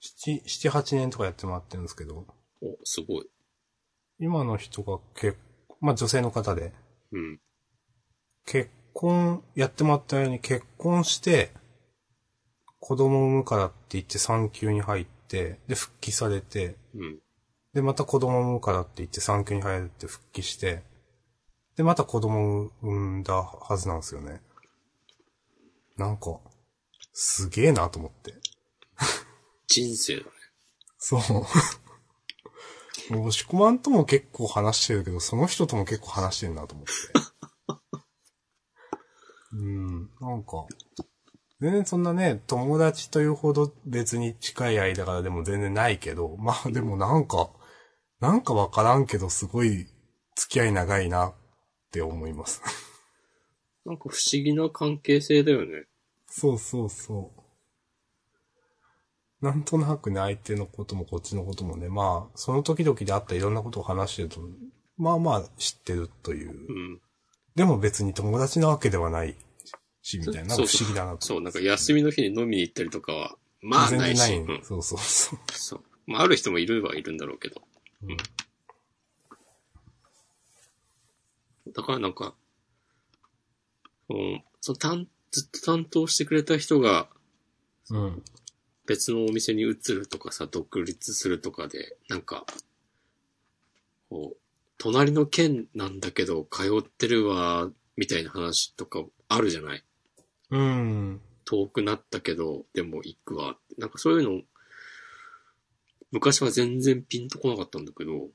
Speaker 1: 七、七、八年とかやってもらってるんですけど、
Speaker 2: お、すごい。
Speaker 1: 今の人が結構、まあ女性の方で、
Speaker 2: うん。
Speaker 1: 結婚、やってもらったように結婚して、子供を産むからって言って産休に入って、で、復帰されて、
Speaker 2: うん。
Speaker 1: で、また子供を産むからって言って産休に入って復帰して、で、また子供を産んだはずなんですよね。なんか、すげえなと思って。
Speaker 2: 人生だね。
Speaker 1: そう。 [LAUGHS] もう押し込まんとも結構話してるけど、その人とも結構話してるなと思って。 [LAUGHS] うん、なんか、全然そんなね、友達というほど別に近い間柄でも全然ないけど、まあでもなんか、なんかわからんけど、すごい付き合い長いなって思います。
Speaker 2: なんか不思議な関係性だよね。
Speaker 1: そうそうそう。なんとなくね、相手のこともこっちのこともね、まあ、その時々であったいろんなことを話してると、まあまあ知ってるという
Speaker 2: う。ん。
Speaker 1: でも別に友達なわけではないし、みたいな。なん
Speaker 2: そ
Speaker 1: か
Speaker 2: う
Speaker 1: 不思議だなと。
Speaker 2: そう、なんか休みの日に飲みに行ったりとかは、まあ
Speaker 1: 全
Speaker 2: な
Speaker 1: 然
Speaker 2: い
Speaker 1: な
Speaker 2: し。
Speaker 1: い、
Speaker 2: うん。
Speaker 1: そうそうそう。
Speaker 2: そう。まあある人もいるはいるんだろうけど。
Speaker 1: うん
Speaker 2: だからなんか、うん、その担、ずっと担当してくれた人が、
Speaker 1: うん。
Speaker 2: 別のお店に移るとかさ、独立するとかで、なんか、こう、隣の県なんだけど、通ってるわ、みたいな話とかあるじゃない
Speaker 1: うん。
Speaker 2: 遠くなったけど、でも行くわ。なんかそういうの、昔は全然ピンとこなかったんだけど、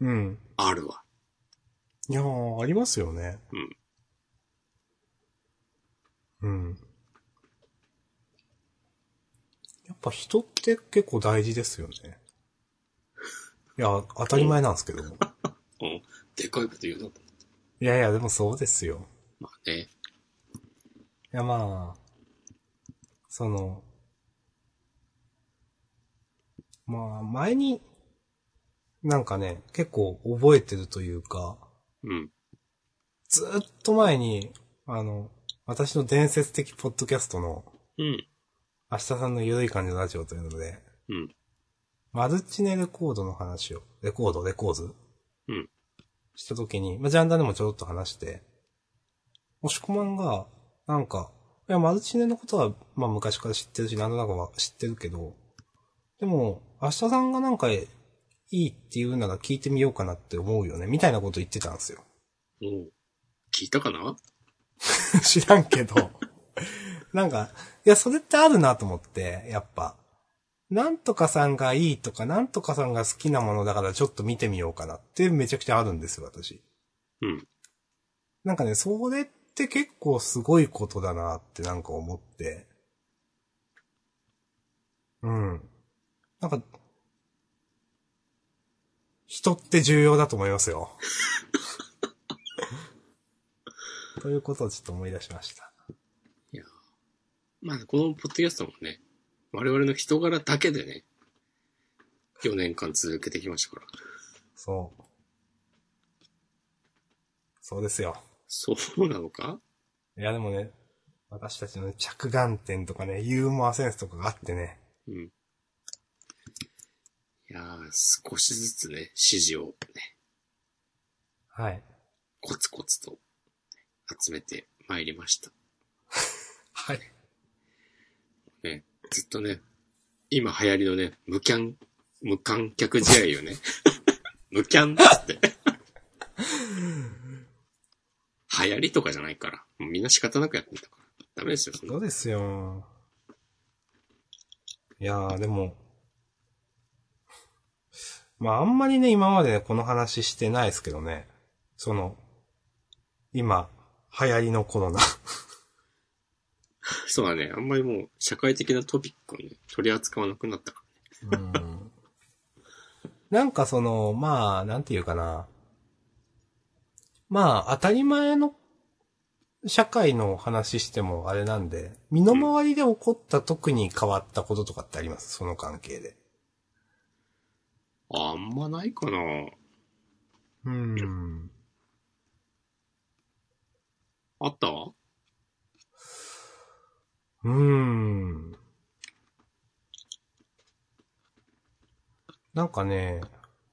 Speaker 1: うん。
Speaker 2: あるわ。
Speaker 1: いやー、ありますよね。うん。うん。やっぱ人って結構大事ですよね。いや、当たり前なんですけど。 [LAUGHS]
Speaker 2: うん。でかいこと言うなと。
Speaker 1: いやいや、でもそうですよ。
Speaker 2: まあね。
Speaker 1: いや、まあ、その、まあ、前に、なんかね、結構覚えてるというか、
Speaker 2: うん。
Speaker 1: ずーっと前に、あの、私の伝説的ポッドキャストの、
Speaker 2: うん。
Speaker 1: 明日さんのゆるい感じのラジオというので、
Speaker 2: うん。
Speaker 1: マルチネレコードの話を、レコード、レコーズ
Speaker 2: うん
Speaker 1: したときに、まあ、ジャンダでもちょろっと話して、押し込まんが、なんか、いや、マルチネのことは、まあ、昔から知ってるし、なんとなくは知ってるけど、でも、明日さんがなんか、いいって言うなら聞いてみようかなって思うよね、みたいなこと言ってたんですよ。
Speaker 2: おう聞いたかな
Speaker 1: [LAUGHS] 知らんけど。なんか、いや、それってあるなと思って、やっぱ。なんとかさんがいいとか、なんとかさんが好きなものだからちょっと見てみようかなってめちゃくちゃあるんですよ、私。
Speaker 2: うん。
Speaker 1: なんかね、それって結構すごいことだなってなんか思って。うん。なんか、人って重要だと思いますよ。ということをちょっと思い出しました。
Speaker 2: まあ、このポッドキャストもね、我々の人柄だけでね、4年間続けてきましたから。
Speaker 1: そう。そうですよ。
Speaker 2: そうなのか
Speaker 1: いやでもね、私たちのね着眼点とかね、ユーモアセンスとかがあってね、
Speaker 2: うん。いやー、少しずつね、指示をね、
Speaker 1: はい。
Speaker 2: コツコツと集めてまいりました。
Speaker 1: はい。
Speaker 2: ね、ずっとね、今流行りのね、無キャン、無観客試合をね、 [LAUGHS] 無キャンっつって。流行りとかじゃないから。もうみんな仕方なくやってたから。ダメですよ、そんな
Speaker 1: そうですよ。いやー、でも、まああんまりね、今までねこの話してないですけどね、その、今、流行りのコロナ。
Speaker 2: そうだね。あんまりもう、社会的なトピックをね、取り扱わなくなったか
Speaker 1: うんなんかその、まあ、なんていうかな。まあ、当たり前の社会の話してもあれなんで、身の回りで起こった特に変わったこととかってありますその関係で。
Speaker 2: ら。あんまないかな
Speaker 1: うん。
Speaker 2: あった
Speaker 1: うん。なんかね、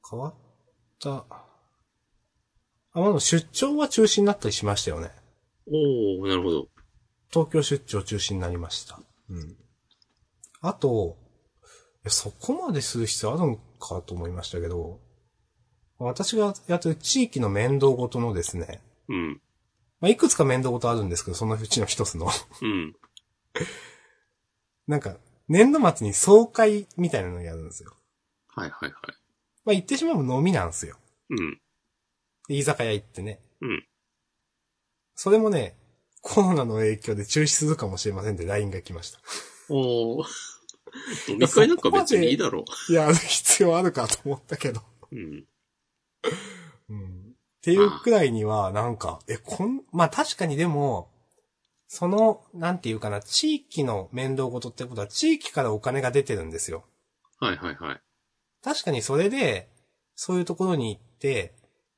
Speaker 1: 変わった。あ、まあ、出張は中止になったりしましたよね。
Speaker 2: おー、なるほど。
Speaker 1: 東京出張中止になりました。うん。あと、いやそこまでする必要あるんかと思いましたけど、私がやってる地域の面倒ごとのですね、
Speaker 2: うん。
Speaker 1: まあ、いくつか面倒ごとあるんですけど、そのうちの一つの、 [LAUGHS]
Speaker 2: うん。
Speaker 1: なんか、年度末に総会みたいなのやるんですよ。
Speaker 2: はいはいはい。
Speaker 1: まあ、言ってしまう飲みなんですよ。
Speaker 2: うん。
Speaker 1: で居酒屋行ってね。
Speaker 2: うん。
Speaker 1: それもね、コロナの影響で中止するかもしれませんって LINE が来ま
Speaker 2: [LAUGHS]
Speaker 1: した。
Speaker 2: おー。飲み会なんか別にいいだろ
Speaker 1: いや、必要あるかと思ったけど。
Speaker 2: う。うん。
Speaker 1: うんっていうくらいには、なんか、え、こん、まあ確かにでも、その、なんていうかな、地域の面倒事ってことは、地域からお金が出てるんですよ。
Speaker 2: はいはいはい。
Speaker 1: 確かにそれで、そういうところに行って、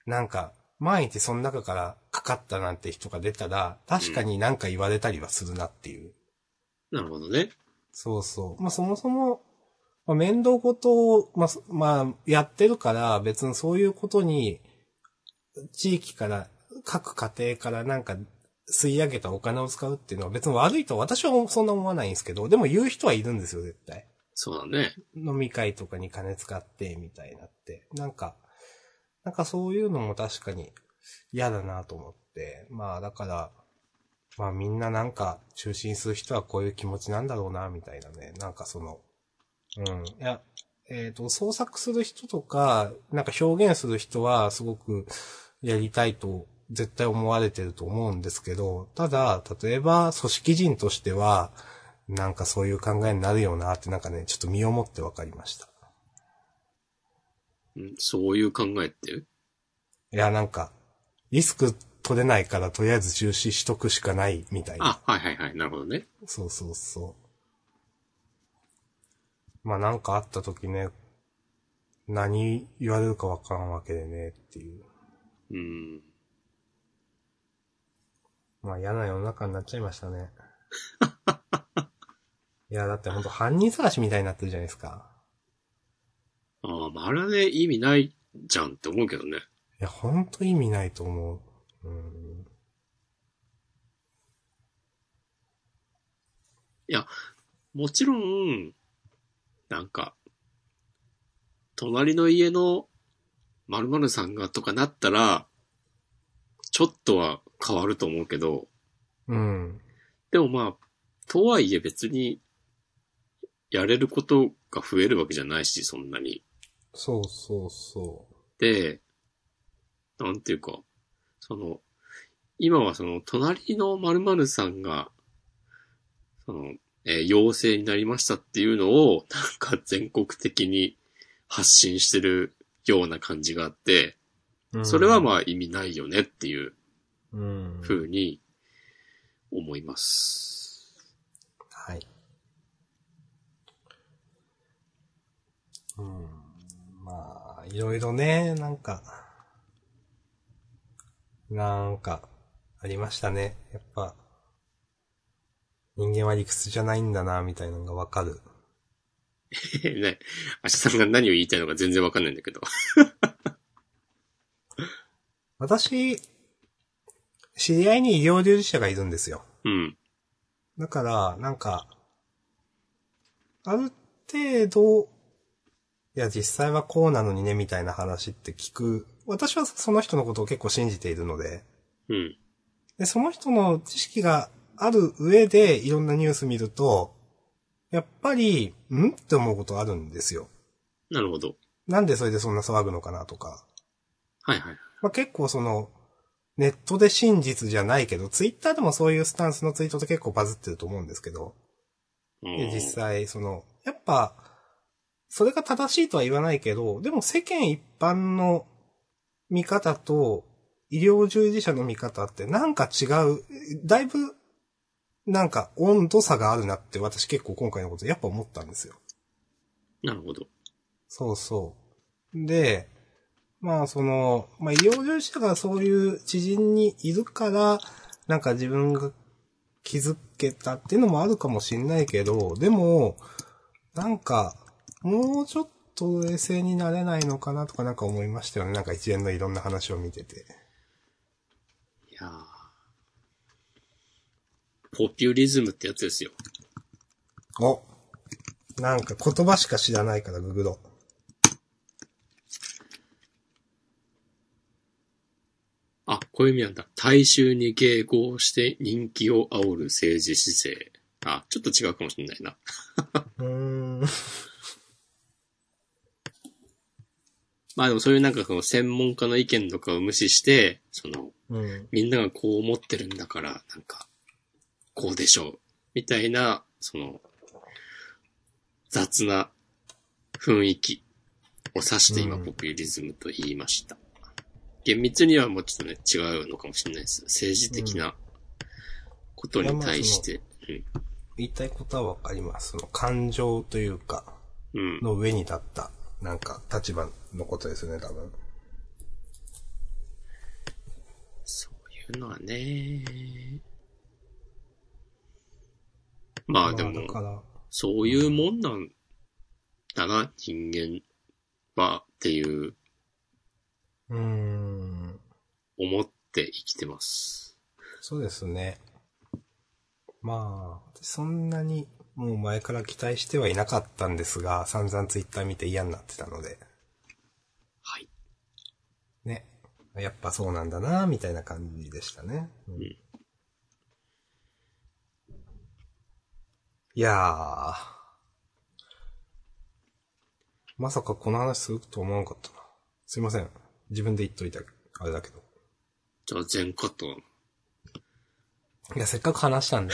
Speaker 1: なんか、万一その中からかかったなんて人が出たら、確かになんか言われたりはするなっていう。
Speaker 2: なるほどね。
Speaker 1: そうそう。まあそもそも、まあ、面倒事を、まあ、そまあ、やってるから、別にそういうことに、地域から、各家庭からなんか、吸い上げたお金を使うっていうのは別に悪いと私はそんな思わないんですけど、でも言う人はいるんですよ、絶対。
Speaker 2: そうだね。
Speaker 1: 飲み会とかに金使って、みたいなって。なんか、なんかそういうのも確かに嫌だなと思って。まあだから、まあみんななんか中心する人はこういう気持ちなんだろうな、みたいなね。なんかその、うん。いや、えっ、と、創作する人とか、なんか表現する人はすごくやりたいと絶対思われてると思うんですけど、ただ、例えば組織人としては、なんかそういう考えになるよなってなんかね、ちょっと身をもって分かりました。
Speaker 2: うんそういう考えって。
Speaker 1: いや、なんか、リスク取れないからとりあえず中止しとくしかないみたいな。
Speaker 2: あ、はいはいはい。なるほどね。
Speaker 1: そうそうそう。まあなんかあった時ね、何言われるかわからんわけでねっていう。
Speaker 2: うん。
Speaker 1: まあ嫌な世の中になっちゃいましたね。いや、だってほんと犯人探しみたいになってるじゃないですか。
Speaker 2: ああ、まあ、あれはね、意味ないじゃんって思うけどね。
Speaker 1: いや、ほんと意味ないと思う。うん。
Speaker 2: もちろん、なんか、隣の家の〇〇さんがとかなったら、ちょっとは変わると思うけど、
Speaker 1: うん。
Speaker 2: でもまあ、とはいえ別に、やれることが増えるわけじゃないし、そんなに。
Speaker 1: そうそうそ
Speaker 2: で、なんていうか、その、今はその、隣の〇〇さんが、その、えー陽性になりましたっていうのを、なんか全国的に発信してるような感じがあって、
Speaker 1: う。うん
Speaker 2: それはまあ意味ないよねっていう
Speaker 1: うん。
Speaker 2: ふうに思います。 [LAUGHS]
Speaker 1: はい。うん。まあ、いろいろね、なんか、なんか、ありましたね。やっぱ、人間は理屈じゃないんだな、みたいなのがわかる。
Speaker 2: ね、明日さんが何を言いたいのか全然わかんないんだけど。
Speaker 1: 私、知り合いに医療従事者がいるんですよ。
Speaker 2: うん。
Speaker 1: だから、なんか、ある程度、いや、実際はこうなのにね、みたいな話って聞く。私はその人のことを結構信じているので。
Speaker 2: うん。
Speaker 1: で、その人の知識がある上で、いろんなニュース見ると、やっぱり、んって思うことあるんですよ。
Speaker 2: なるほど。
Speaker 1: なんでそれでそんな騒ぐのかなとか。
Speaker 2: はいはい。
Speaker 1: まあ、結構その、ネットで真実じゃないけど、ツイッターでもそういうスタンスのツイートって結構バズってると思うんですけど。
Speaker 2: う
Speaker 1: で、
Speaker 2: ん
Speaker 1: 実際、その、やっぱ、それが正しいとは言わないけど、でも世間一般の見方と医療従事者の見方ってなんか違う、だいぶ、なんか温度差があるなって私結構今回のことやっぱ思ったんですよ。
Speaker 2: なるほど。
Speaker 1: そうそう。で、まあその、まあ医療従事者がそういう知人にいるから、なんか自分が気づけたっていうのもあるかもしんないけど、でも、なんか、もうちょっと冷静になれないのかなとかなんか思いましたよね。なんか一連のいろんな話を見てて。
Speaker 2: いやーポピュリズムってやつですよ。
Speaker 1: おなんか言葉しか知らないからググろう。
Speaker 2: あ、こういう意味なんだ。大衆に迎合して人気を煽る政治姿勢。あ、ちょっと違うかもしれないな。
Speaker 1: うーん。
Speaker 2: まあでもそういうなんかこの専門家の意見とかを無視して、その、
Speaker 1: うん。
Speaker 2: みんながこう思ってるんだから、なんか、こうでしょう。みたいな、その、雑な雰囲気を指して今、
Speaker 1: うん
Speaker 2: ポピュリズムと言いました。厳密にはもうちょっとね、違うのかもしれないです。政治的なことに対して。
Speaker 1: 言いたいことはわかります。その感情というか。
Speaker 2: うん。
Speaker 1: の上に立った、なんか、立場のことですよね、多分。
Speaker 2: そういうのはね。まあでも、
Speaker 1: だから、
Speaker 2: そういうもんなんだな、人間はっていう
Speaker 1: うーん、
Speaker 2: 思って生きてます。
Speaker 1: そうですね。まあ、そんなに、もう前から期待してはいなかったんですが、散々ツイッター見て嫌になってたので、
Speaker 2: はい。
Speaker 1: ね。やっぱそうなんだな、みたいな感じでしたね。うん
Speaker 2: ん
Speaker 1: いやー。まさかこの話すると思わなかったな。すいません。自分で言っといた、あれだけど。
Speaker 2: じゃあ全カットなの。
Speaker 1: いや、せっかく話したん [LAUGHS] で。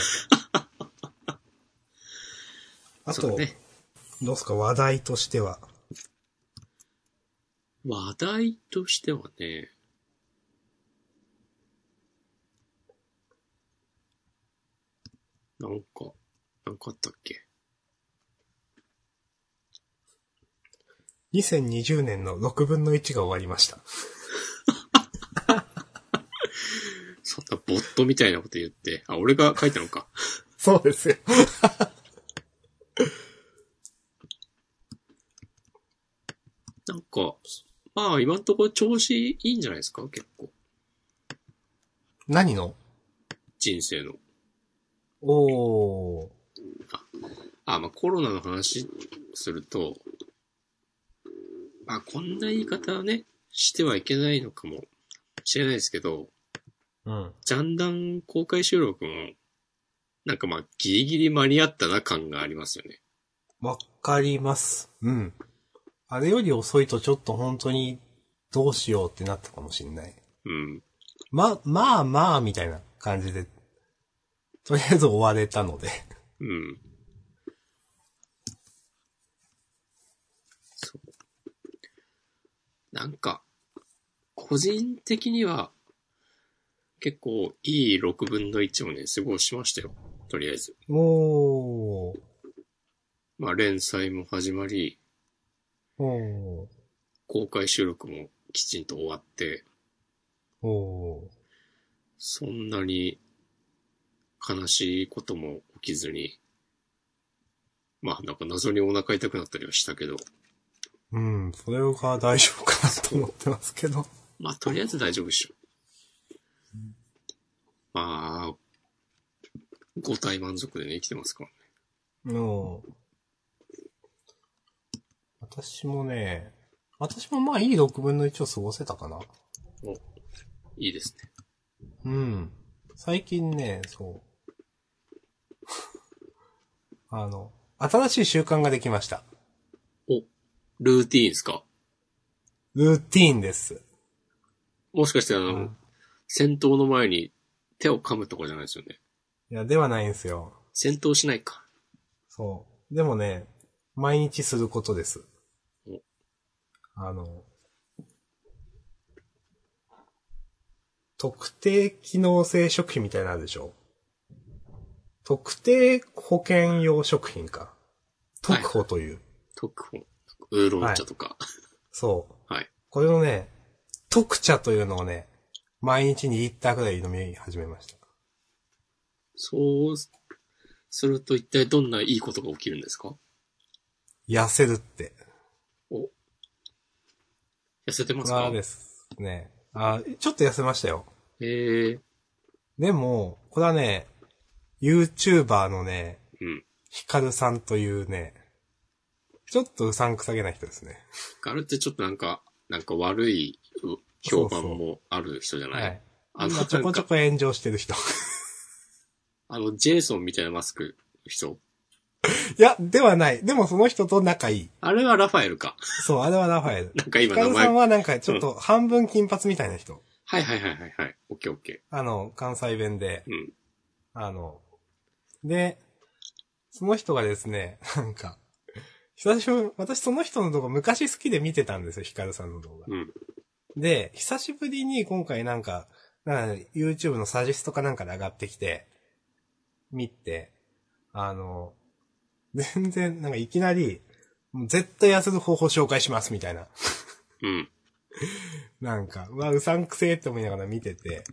Speaker 1: あ
Speaker 2: そう
Speaker 1: と、
Speaker 2: だね。
Speaker 1: どうすか話題としては。
Speaker 2: 話題としてはね、なんか、なんかあったっけ
Speaker 1: 2020年の6分の1が終わりました。
Speaker 2: そんなボットみたいなこと言って、あ、俺が書いたのか。
Speaker 1: そうですよ。
Speaker 2: なんか、まあ今んところ調子いいんじゃないですか結構。
Speaker 1: 何の
Speaker 2: 人生の。
Speaker 1: おー。
Speaker 2: あ、まあコロナの話すると、まあこんな言い方はね、してはいけないのかもしれないですけど、
Speaker 1: うん。
Speaker 2: ジャンダン公開収録も、なんかまあギリギリ間に合ったな感がありますよね。
Speaker 1: わかります。うん。あれより遅いとちょっと本当にどうしようってなったかもしれない。
Speaker 2: うん。
Speaker 1: ま、まあまあみたいな感じで、とりあえず終われたので。
Speaker 2: うん。そう。なんか、個人的には、結構いい6分の1をね、過ごしましたよ。とりあえず。
Speaker 1: おー。
Speaker 2: まあ、連載も始まり、
Speaker 1: おー。
Speaker 2: 公開収録もきちんと終わって、
Speaker 1: おー。
Speaker 2: そんなに悲しいことも起きずに、まあ、なんか謎にお腹痛くなったりはしたけど、
Speaker 1: うん、それが大丈夫かなと思ってますけど。
Speaker 2: まあ、とりあえず大丈夫でしょ。まあ、五体満足でね、生きてますからね。
Speaker 1: の、私もね、私もまあいい6分の1を過ごせたかな。
Speaker 2: いいですね。
Speaker 1: うん。最近ね、そう。 [LAUGHS] あの、新しい習慣ができました。
Speaker 2: お、ルーティーンですか
Speaker 1: ルーティーンです。
Speaker 2: もしかしてあ
Speaker 1: う
Speaker 2: の、
Speaker 1: ん
Speaker 2: 戦闘の前に手を噛むとかじゃないですよね。
Speaker 1: いや、ではないんですよ。
Speaker 2: 戦闘しないか。
Speaker 1: そう。でもね、毎日することです
Speaker 2: お。
Speaker 1: あの、特定機能性食品みたいなのあるでしょ特定保険用食品か。特保という。
Speaker 2: 特報。ウーロン茶とか。
Speaker 1: そう。
Speaker 2: はい。
Speaker 1: これをね、特茶というのをね、毎日2リッターぐらい飲み始めました。
Speaker 2: そうすると一体どんないいことが起きるんですか
Speaker 1: 痩せるって。
Speaker 2: お。痩せてます
Speaker 1: あ
Speaker 2: か
Speaker 1: あですね。あーちょっと痩せましたよ。
Speaker 2: ええ
Speaker 1: でも、これはね、YouTuber のね、
Speaker 2: うん。
Speaker 1: ヒカルさんというね、ちょっとうさんくさげな人ですね。
Speaker 2: ガルってちょっとなんか、なんか悪いうん評判もある人じゃない
Speaker 1: はい。
Speaker 2: あの、
Speaker 1: 今ちょ
Speaker 2: な
Speaker 1: こ
Speaker 2: ん
Speaker 1: ちょ
Speaker 2: か、
Speaker 1: こ炎上して
Speaker 2: [LAUGHS]
Speaker 1: る人。
Speaker 2: あの、ジェイソンみたいなマスクの人。
Speaker 1: いや、ではない。でもその人と仲いい。
Speaker 2: あれはラファエルか。
Speaker 1: そう、あれはラファエル。
Speaker 2: なんか
Speaker 1: ヒ
Speaker 2: 今
Speaker 1: カ
Speaker 2: 名
Speaker 1: ル
Speaker 2: 前。
Speaker 1: さん
Speaker 2: はい
Speaker 1: はなんかちょっと半分金髪みたいな人。
Speaker 2: はいはいはいはい。オッケーオッケ
Speaker 1: あの、関西弁で。
Speaker 2: ー。うん。
Speaker 1: あの、で、その人がですね、 [LAUGHS] なんか、久しぶり、私その人の動画昔好きで見てたんですよ、ヒカルさんの動画。
Speaker 2: うん。
Speaker 1: で、久しぶりに今回なんか、なんか YouTube のサジェストかなんかで上がってきて、見て、あの、全然、なんかいきなり、もう絶対痩せる方法紹介しますみたいな。
Speaker 2: うん。
Speaker 1: なんか、うわ、うさんくせえって思いながら見てて、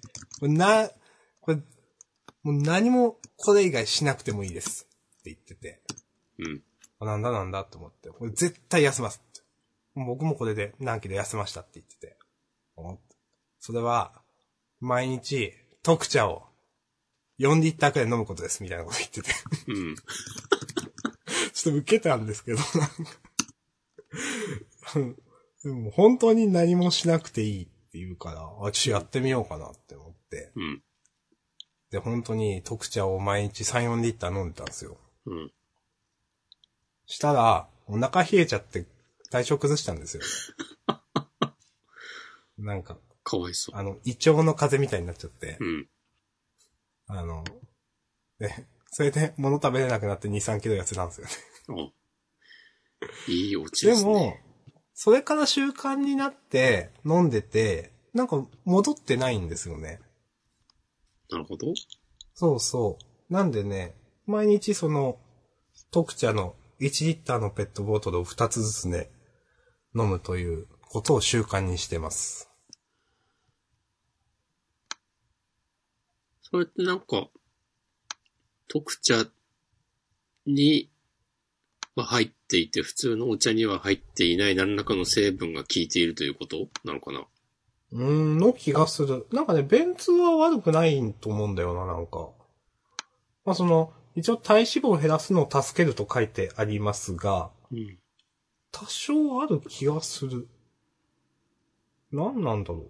Speaker 1: これな、これ、もう何もこれ以外しなくてもいいですって言ってて、
Speaker 2: うん。
Speaker 1: あなんだなんだと思って、これ絶対休ますって。僕もこれで何キロ休ましたって言ってて。おそれは、毎日特茶を4リッターくらい飲むことですみたいなこと言ってて。
Speaker 2: うん。
Speaker 1: ちょっと受けたんですけど、なんかうんでも本当に何もしなくていいっていうから、あ、ちょっとやってみようかなって思って。
Speaker 2: うん。
Speaker 1: で、本当に特茶を毎日3、4リッター飲んでたんですよ。
Speaker 2: うん。
Speaker 1: したら、お腹冷えちゃって体調崩したんですよ。なんか、
Speaker 2: かわいそう。
Speaker 1: あの、胃腸の風邪みたいになっちゃって
Speaker 2: う、ん。
Speaker 1: あの、で、それで物食べれなくなって2、3キロ痩せたんですよね。
Speaker 2: あいいオチで
Speaker 1: ですも
Speaker 2: ね。、
Speaker 1: それから習慣になって飲んでて、なんか戻ってないんですよね。
Speaker 2: なるほど。
Speaker 1: そうそう。なんでね、毎日その、特茶の1リッターのペットボトルを2つずつね、飲むということを習慣にしてます。
Speaker 2: それってなんか、特茶には入っていて、普通のお茶には入っていない何らかの成分が効いているということなのかな
Speaker 1: うーん、の気がする。なんかね、便通は悪くないと思うんだよな、なんか。まあその、一応体脂肪を減らすのを助けると書いてありますが、
Speaker 2: うん。
Speaker 1: 多少ある気がする。何なんだろう。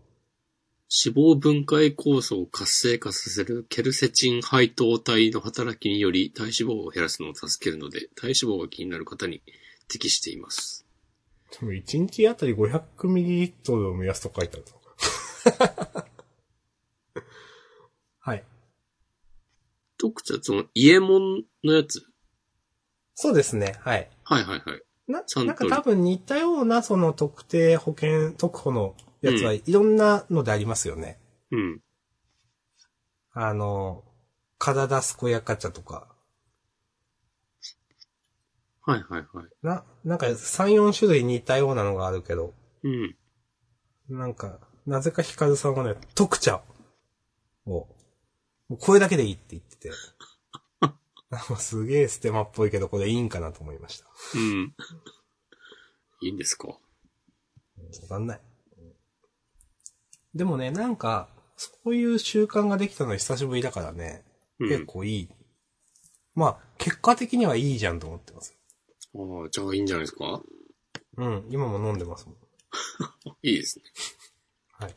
Speaker 2: 脂肪分解酵素を活性化させるケルセチン配糖体の働きにより体脂肪を減らすのを助けるので、体脂肪が気になる方に適しています。
Speaker 1: でも1日あたり 500ml を目安と書いてあるぞ。 [LAUGHS] はい。
Speaker 2: 特茶、その、イエモンのやつ
Speaker 1: そうですね。はい。
Speaker 2: はいはいはい。
Speaker 1: な、
Speaker 2: サントリー
Speaker 1: なんか多分似たようなその特定保険、特保のやつはいろんなのでありますよね。
Speaker 2: うん。
Speaker 1: あの、体健やか茶とか。
Speaker 2: はいはいはい。
Speaker 1: な、なんか3、4種類似たようなのがあるけど、
Speaker 2: うん。
Speaker 1: なんか、なぜかヒカルさんはね、特茶を、もうこれだけでいいって言って [LAUGHS] て。なんかすげえステマっぽいけど、これいいんかなと思いました。
Speaker 2: うん。いいんですか
Speaker 1: わかんない。でもね、なんか、そういう習慣ができたの久しぶりだからね、
Speaker 2: うん。
Speaker 1: 結構いい。まあ、結果的にはいいじゃんと思ってます。
Speaker 2: ああ、じゃあいいんじゃないですか
Speaker 1: うん、今も飲んでますもん。
Speaker 2: いいですね。
Speaker 1: はい。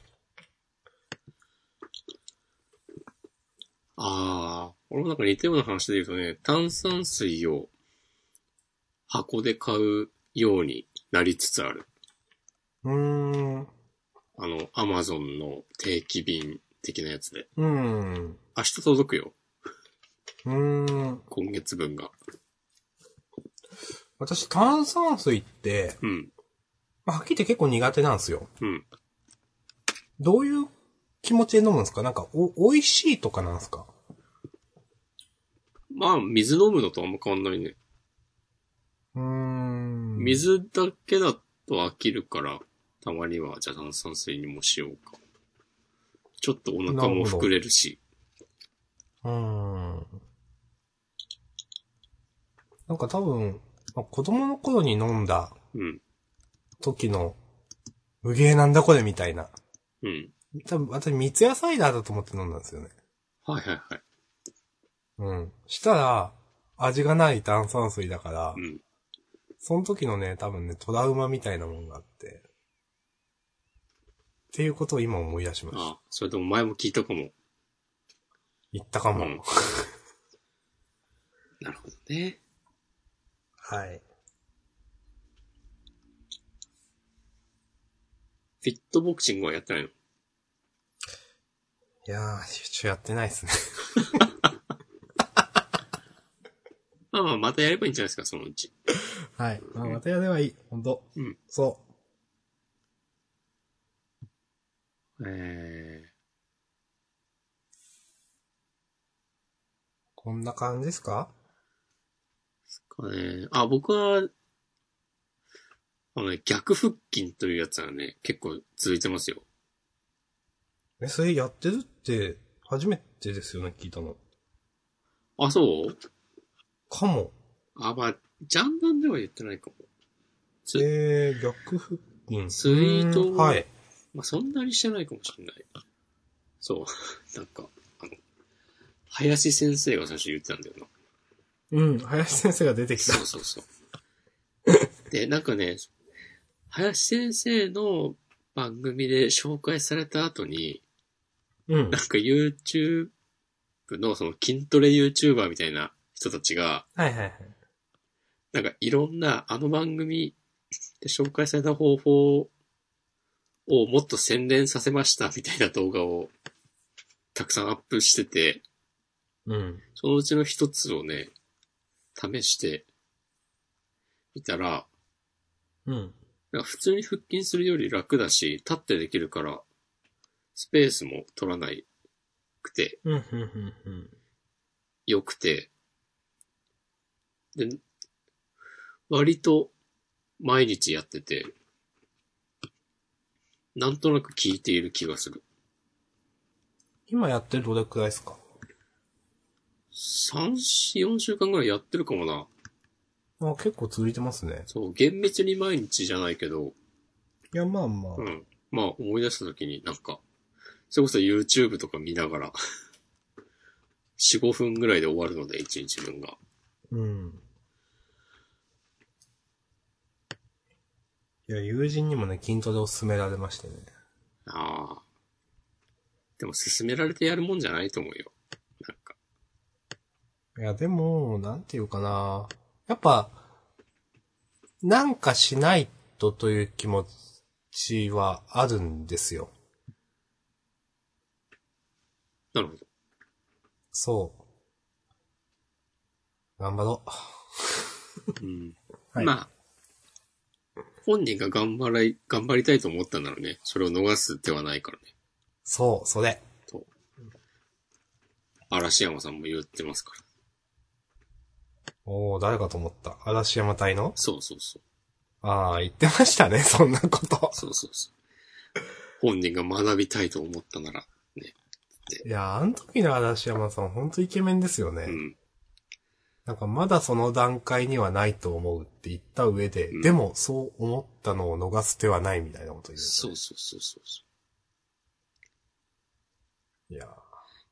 Speaker 2: ああ、俺もなんか似たような話で言うとね、炭酸水を箱で買うようになりつつある。
Speaker 1: うーん、
Speaker 2: あの、アマゾンの定期便的なやつで。
Speaker 1: うーん、
Speaker 2: 明日届くよ。
Speaker 1: うーん。
Speaker 2: 今月分が。
Speaker 1: 私、炭酸水って、
Speaker 2: うん。
Speaker 1: まあはっきり言って結構苦手なんですよ。
Speaker 2: うん。
Speaker 1: どういう気持ちで飲むんですかなんか、お、美味しいとかなんですか
Speaker 2: まあ、水飲むのとあんま変わんないね。
Speaker 1: うーん。。
Speaker 2: 水だけだと飽きるから、たまには、じゃあ炭酸水にもしようか。ちょっとお腹も膨れるし。
Speaker 1: うーん。なんか多分、まあ子供の頃に飲んだ
Speaker 2: うん。
Speaker 1: 時の、無芸なんだこれみたいな。
Speaker 2: うん。
Speaker 1: 多分、私、三ツ矢サイダーだと思って飲んだんですよね。
Speaker 2: はいはいはい。
Speaker 1: うん。したら、味がない炭酸水だから、
Speaker 2: うん。
Speaker 1: その時のね、多分ね、トラウマみたいなもんがあって。っていうことを今思い出しました。
Speaker 2: ああ、それとも前も聞いたかも。
Speaker 1: 言ったかも。
Speaker 2: うん [LAUGHS] なるほどね。
Speaker 1: はい。
Speaker 2: フィットボクシングはやってないの
Speaker 1: いやー、ちょ、やってないですね。
Speaker 2: まあまあ、またやればいいんじゃないですか、そのうち。
Speaker 1: [LAUGHS] はい。まあ、またやればいい。ほんと。
Speaker 2: うん。
Speaker 1: そ
Speaker 2: えー、
Speaker 1: う。こんな感じですか
Speaker 2: かね。あ、僕は、あのね、逆腹筋というやつはね、結構続いてますよ。
Speaker 1: え、それやってるって、初めてですよね、聞いたの。
Speaker 2: あ、そう
Speaker 1: かも。
Speaker 2: あ、まあ、ジャンダンでは言ってないかも。つ
Speaker 1: えー、逆腹筋。
Speaker 2: ツイート
Speaker 1: うーんはい。
Speaker 2: まあ、そんなにしてないかもしれない。 [LAUGHS] そう。なんか、あの、林先生が最初言ってたんだよな。
Speaker 1: うん、林先生が出てきた。
Speaker 2: そうそうそう。で、なんかね、林先生の番組で紹介された後に、
Speaker 1: うん
Speaker 2: な。んか YouTube のその筋トレ YouTuber みたいな人たちが、
Speaker 1: はいはいはい。
Speaker 2: なんかいろんなあの番組で紹介された方法をもっと洗練させましたみたいな動画をたくさんアップしてて、
Speaker 1: うん。
Speaker 2: そのうちの一つをね、試してみたら、
Speaker 1: うん。
Speaker 2: なんか普通に腹筋するより楽だし、立ってできるから、スペースも取らないくて、
Speaker 1: うん、うん、うん、うん。
Speaker 2: 良くて、で、割と毎日やってて、なんとなく効いている気がする。
Speaker 1: 今やってるどれくらいですか
Speaker 2: 3、4週間ぐらいやってるかもな。
Speaker 1: あ結構続いてますね。
Speaker 2: そう、厳密に毎日じゃないけど、
Speaker 1: いや、まあまあ。
Speaker 2: うん。まあ思い出した時になんか、それこそ YouTube とか見ながら、4、5分ぐらいで終わるので、1日分が。
Speaker 1: うん。いや、友人にもね、筋トレを勧められましてね。
Speaker 2: ああ。でも勧められてやるもんじゃないと思うよ。なんか。
Speaker 1: いや、でも、なんていうかな。やっぱ、なんかしないとという気持ちはあるんですよ。
Speaker 2: なるほど。
Speaker 1: そう。頑張ろう。
Speaker 2: うん。
Speaker 1: はい
Speaker 2: まあ、本人が頑張り、頑張りたいと思ったんだろうね。それを逃す手はないからね。
Speaker 1: そう、それ。
Speaker 2: と。嵐山さんも言ってますから。
Speaker 1: おお誰かと思った。嵐山隊の
Speaker 2: そうそうそう。
Speaker 1: ああ、言ってましたね、 [LAUGHS] そんなこと。
Speaker 2: そうそうそう。本人が学びたいと思ったなら、
Speaker 1: いや、あの時の嵐山さん、ほんとイケメンですよね。
Speaker 2: うん。
Speaker 1: なんかまだその段階にはないと思うって言った上で、
Speaker 2: うん
Speaker 1: でもそう思ったのを逃す手はないみたいなこと言う。
Speaker 2: そうそうそうそうそう。
Speaker 1: いやー、
Speaker 2: い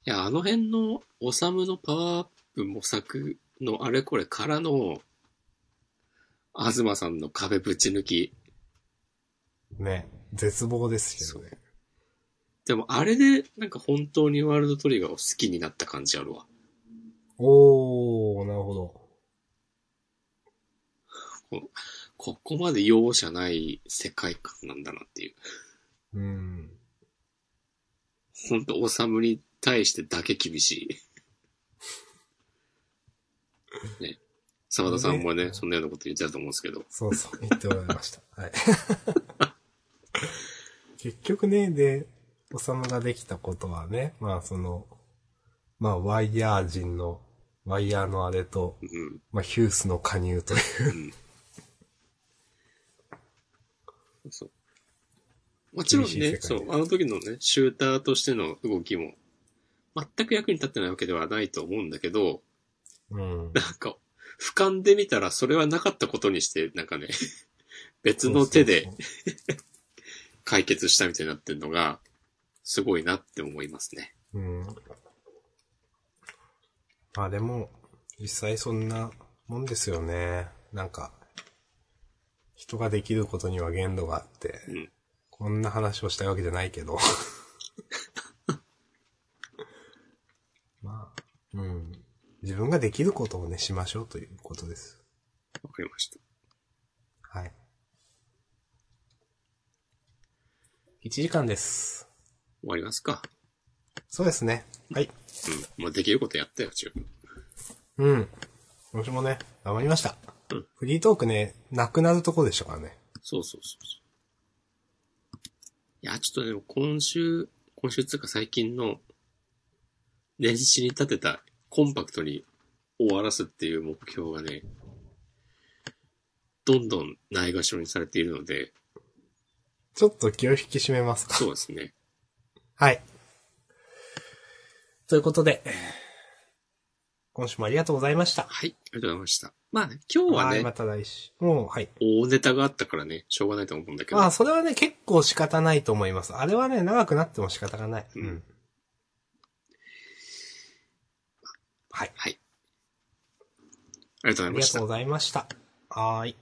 Speaker 2: や、あの辺の、おさむのパワーアップ模索のあれこれからの、あずまさんの壁ぶち抜き。
Speaker 1: ね、絶望ですけどね。
Speaker 2: でも、あれで、なんか本当にワールドトリガーを好きになった感じあるわ。
Speaker 1: おー、なるほど。
Speaker 2: ここまで容赦ない世界観なんだなっていう。
Speaker 1: うん。
Speaker 2: ほんと、おさむに対してだけ厳しい。ね。沢田さんもね、そんなようなこと言ってたと思うんですけど。
Speaker 1: そうそう、言っておられま
Speaker 2: [LAUGHS]
Speaker 1: した。はい。結局ね、で、おさむができたことはね、まあその、まあワイヤー人の、ワイヤーのあれと、
Speaker 2: うん。
Speaker 1: まあヒュースの加入という。
Speaker 2: そう。もちろんね
Speaker 1: 厳、しい世
Speaker 2: そ
Speaker 1: 界
Speaker 2: う、あの時のね、シューターとしての動きも、全く役に立ってないわけではないと思うんだけど、
Speaker 1: うん。
Speaker 2: なんか、俯瞰で見たらそれはなかったことにして、なんかね、 [LAUGHS] 別の手で
Speaker 1: そうそう
Speaker 2: 解決したみたいになってるのが、すごいなって思いますね。
Speaker 1: そう。うん。まあでも、実際そんなもんですよね。なんか、人ができることには限度があって、
Speaker 2: うん
Speaker 1: こんな話をしたいわけじゃないけど。 [LAUGHS] まあ、うん。自分ができることをね、しましょうということです。
Speaker 2: わかりました。
Speaker 1: はい。1時間です。
Speaker 2: 終わりますか。
Speaker 1: そうですね。はい。
Speaker 2: うん。まあ、できることやったよ、十分。
Speaker 1: うん。私もね、頑張りました。
Speaker 2: うん
Speaker 1: フリートークね、なくなるとこでしたからね。
Speaker 2: そうそうそうそう。いや、ちょっとでも今週、今週つうか最近の、年始に立てたコンパクトに終わらすっていう目標がね、どんどんないがしろにされているので、
Speaker 1: ちょっと気を引き締めますか。
Speaker 2: そうですね。
Speaker 1: はい。ということで、今週もありがとうございました。
Speaker 2: はい、ありがとうございました。まあね、今日は
Speaker 1: はい、
Speaker 2: ね
Speaker 1: ま、た来週。もう、はい。
Speaker 2: 大ネタがあったからね、しょうがないと思うんだけど
Speaker 1: まあ、、それはね、結構仕方ないと思います。あれはね、長くなっても仕方がない。
Speaker 2: うん。
Speaker 1: はい。
Speaker 2: はい。ありがとうござい
Speaker 1: りが
Speaker 2: ました
Speaker 1: とう。ございました。はーい。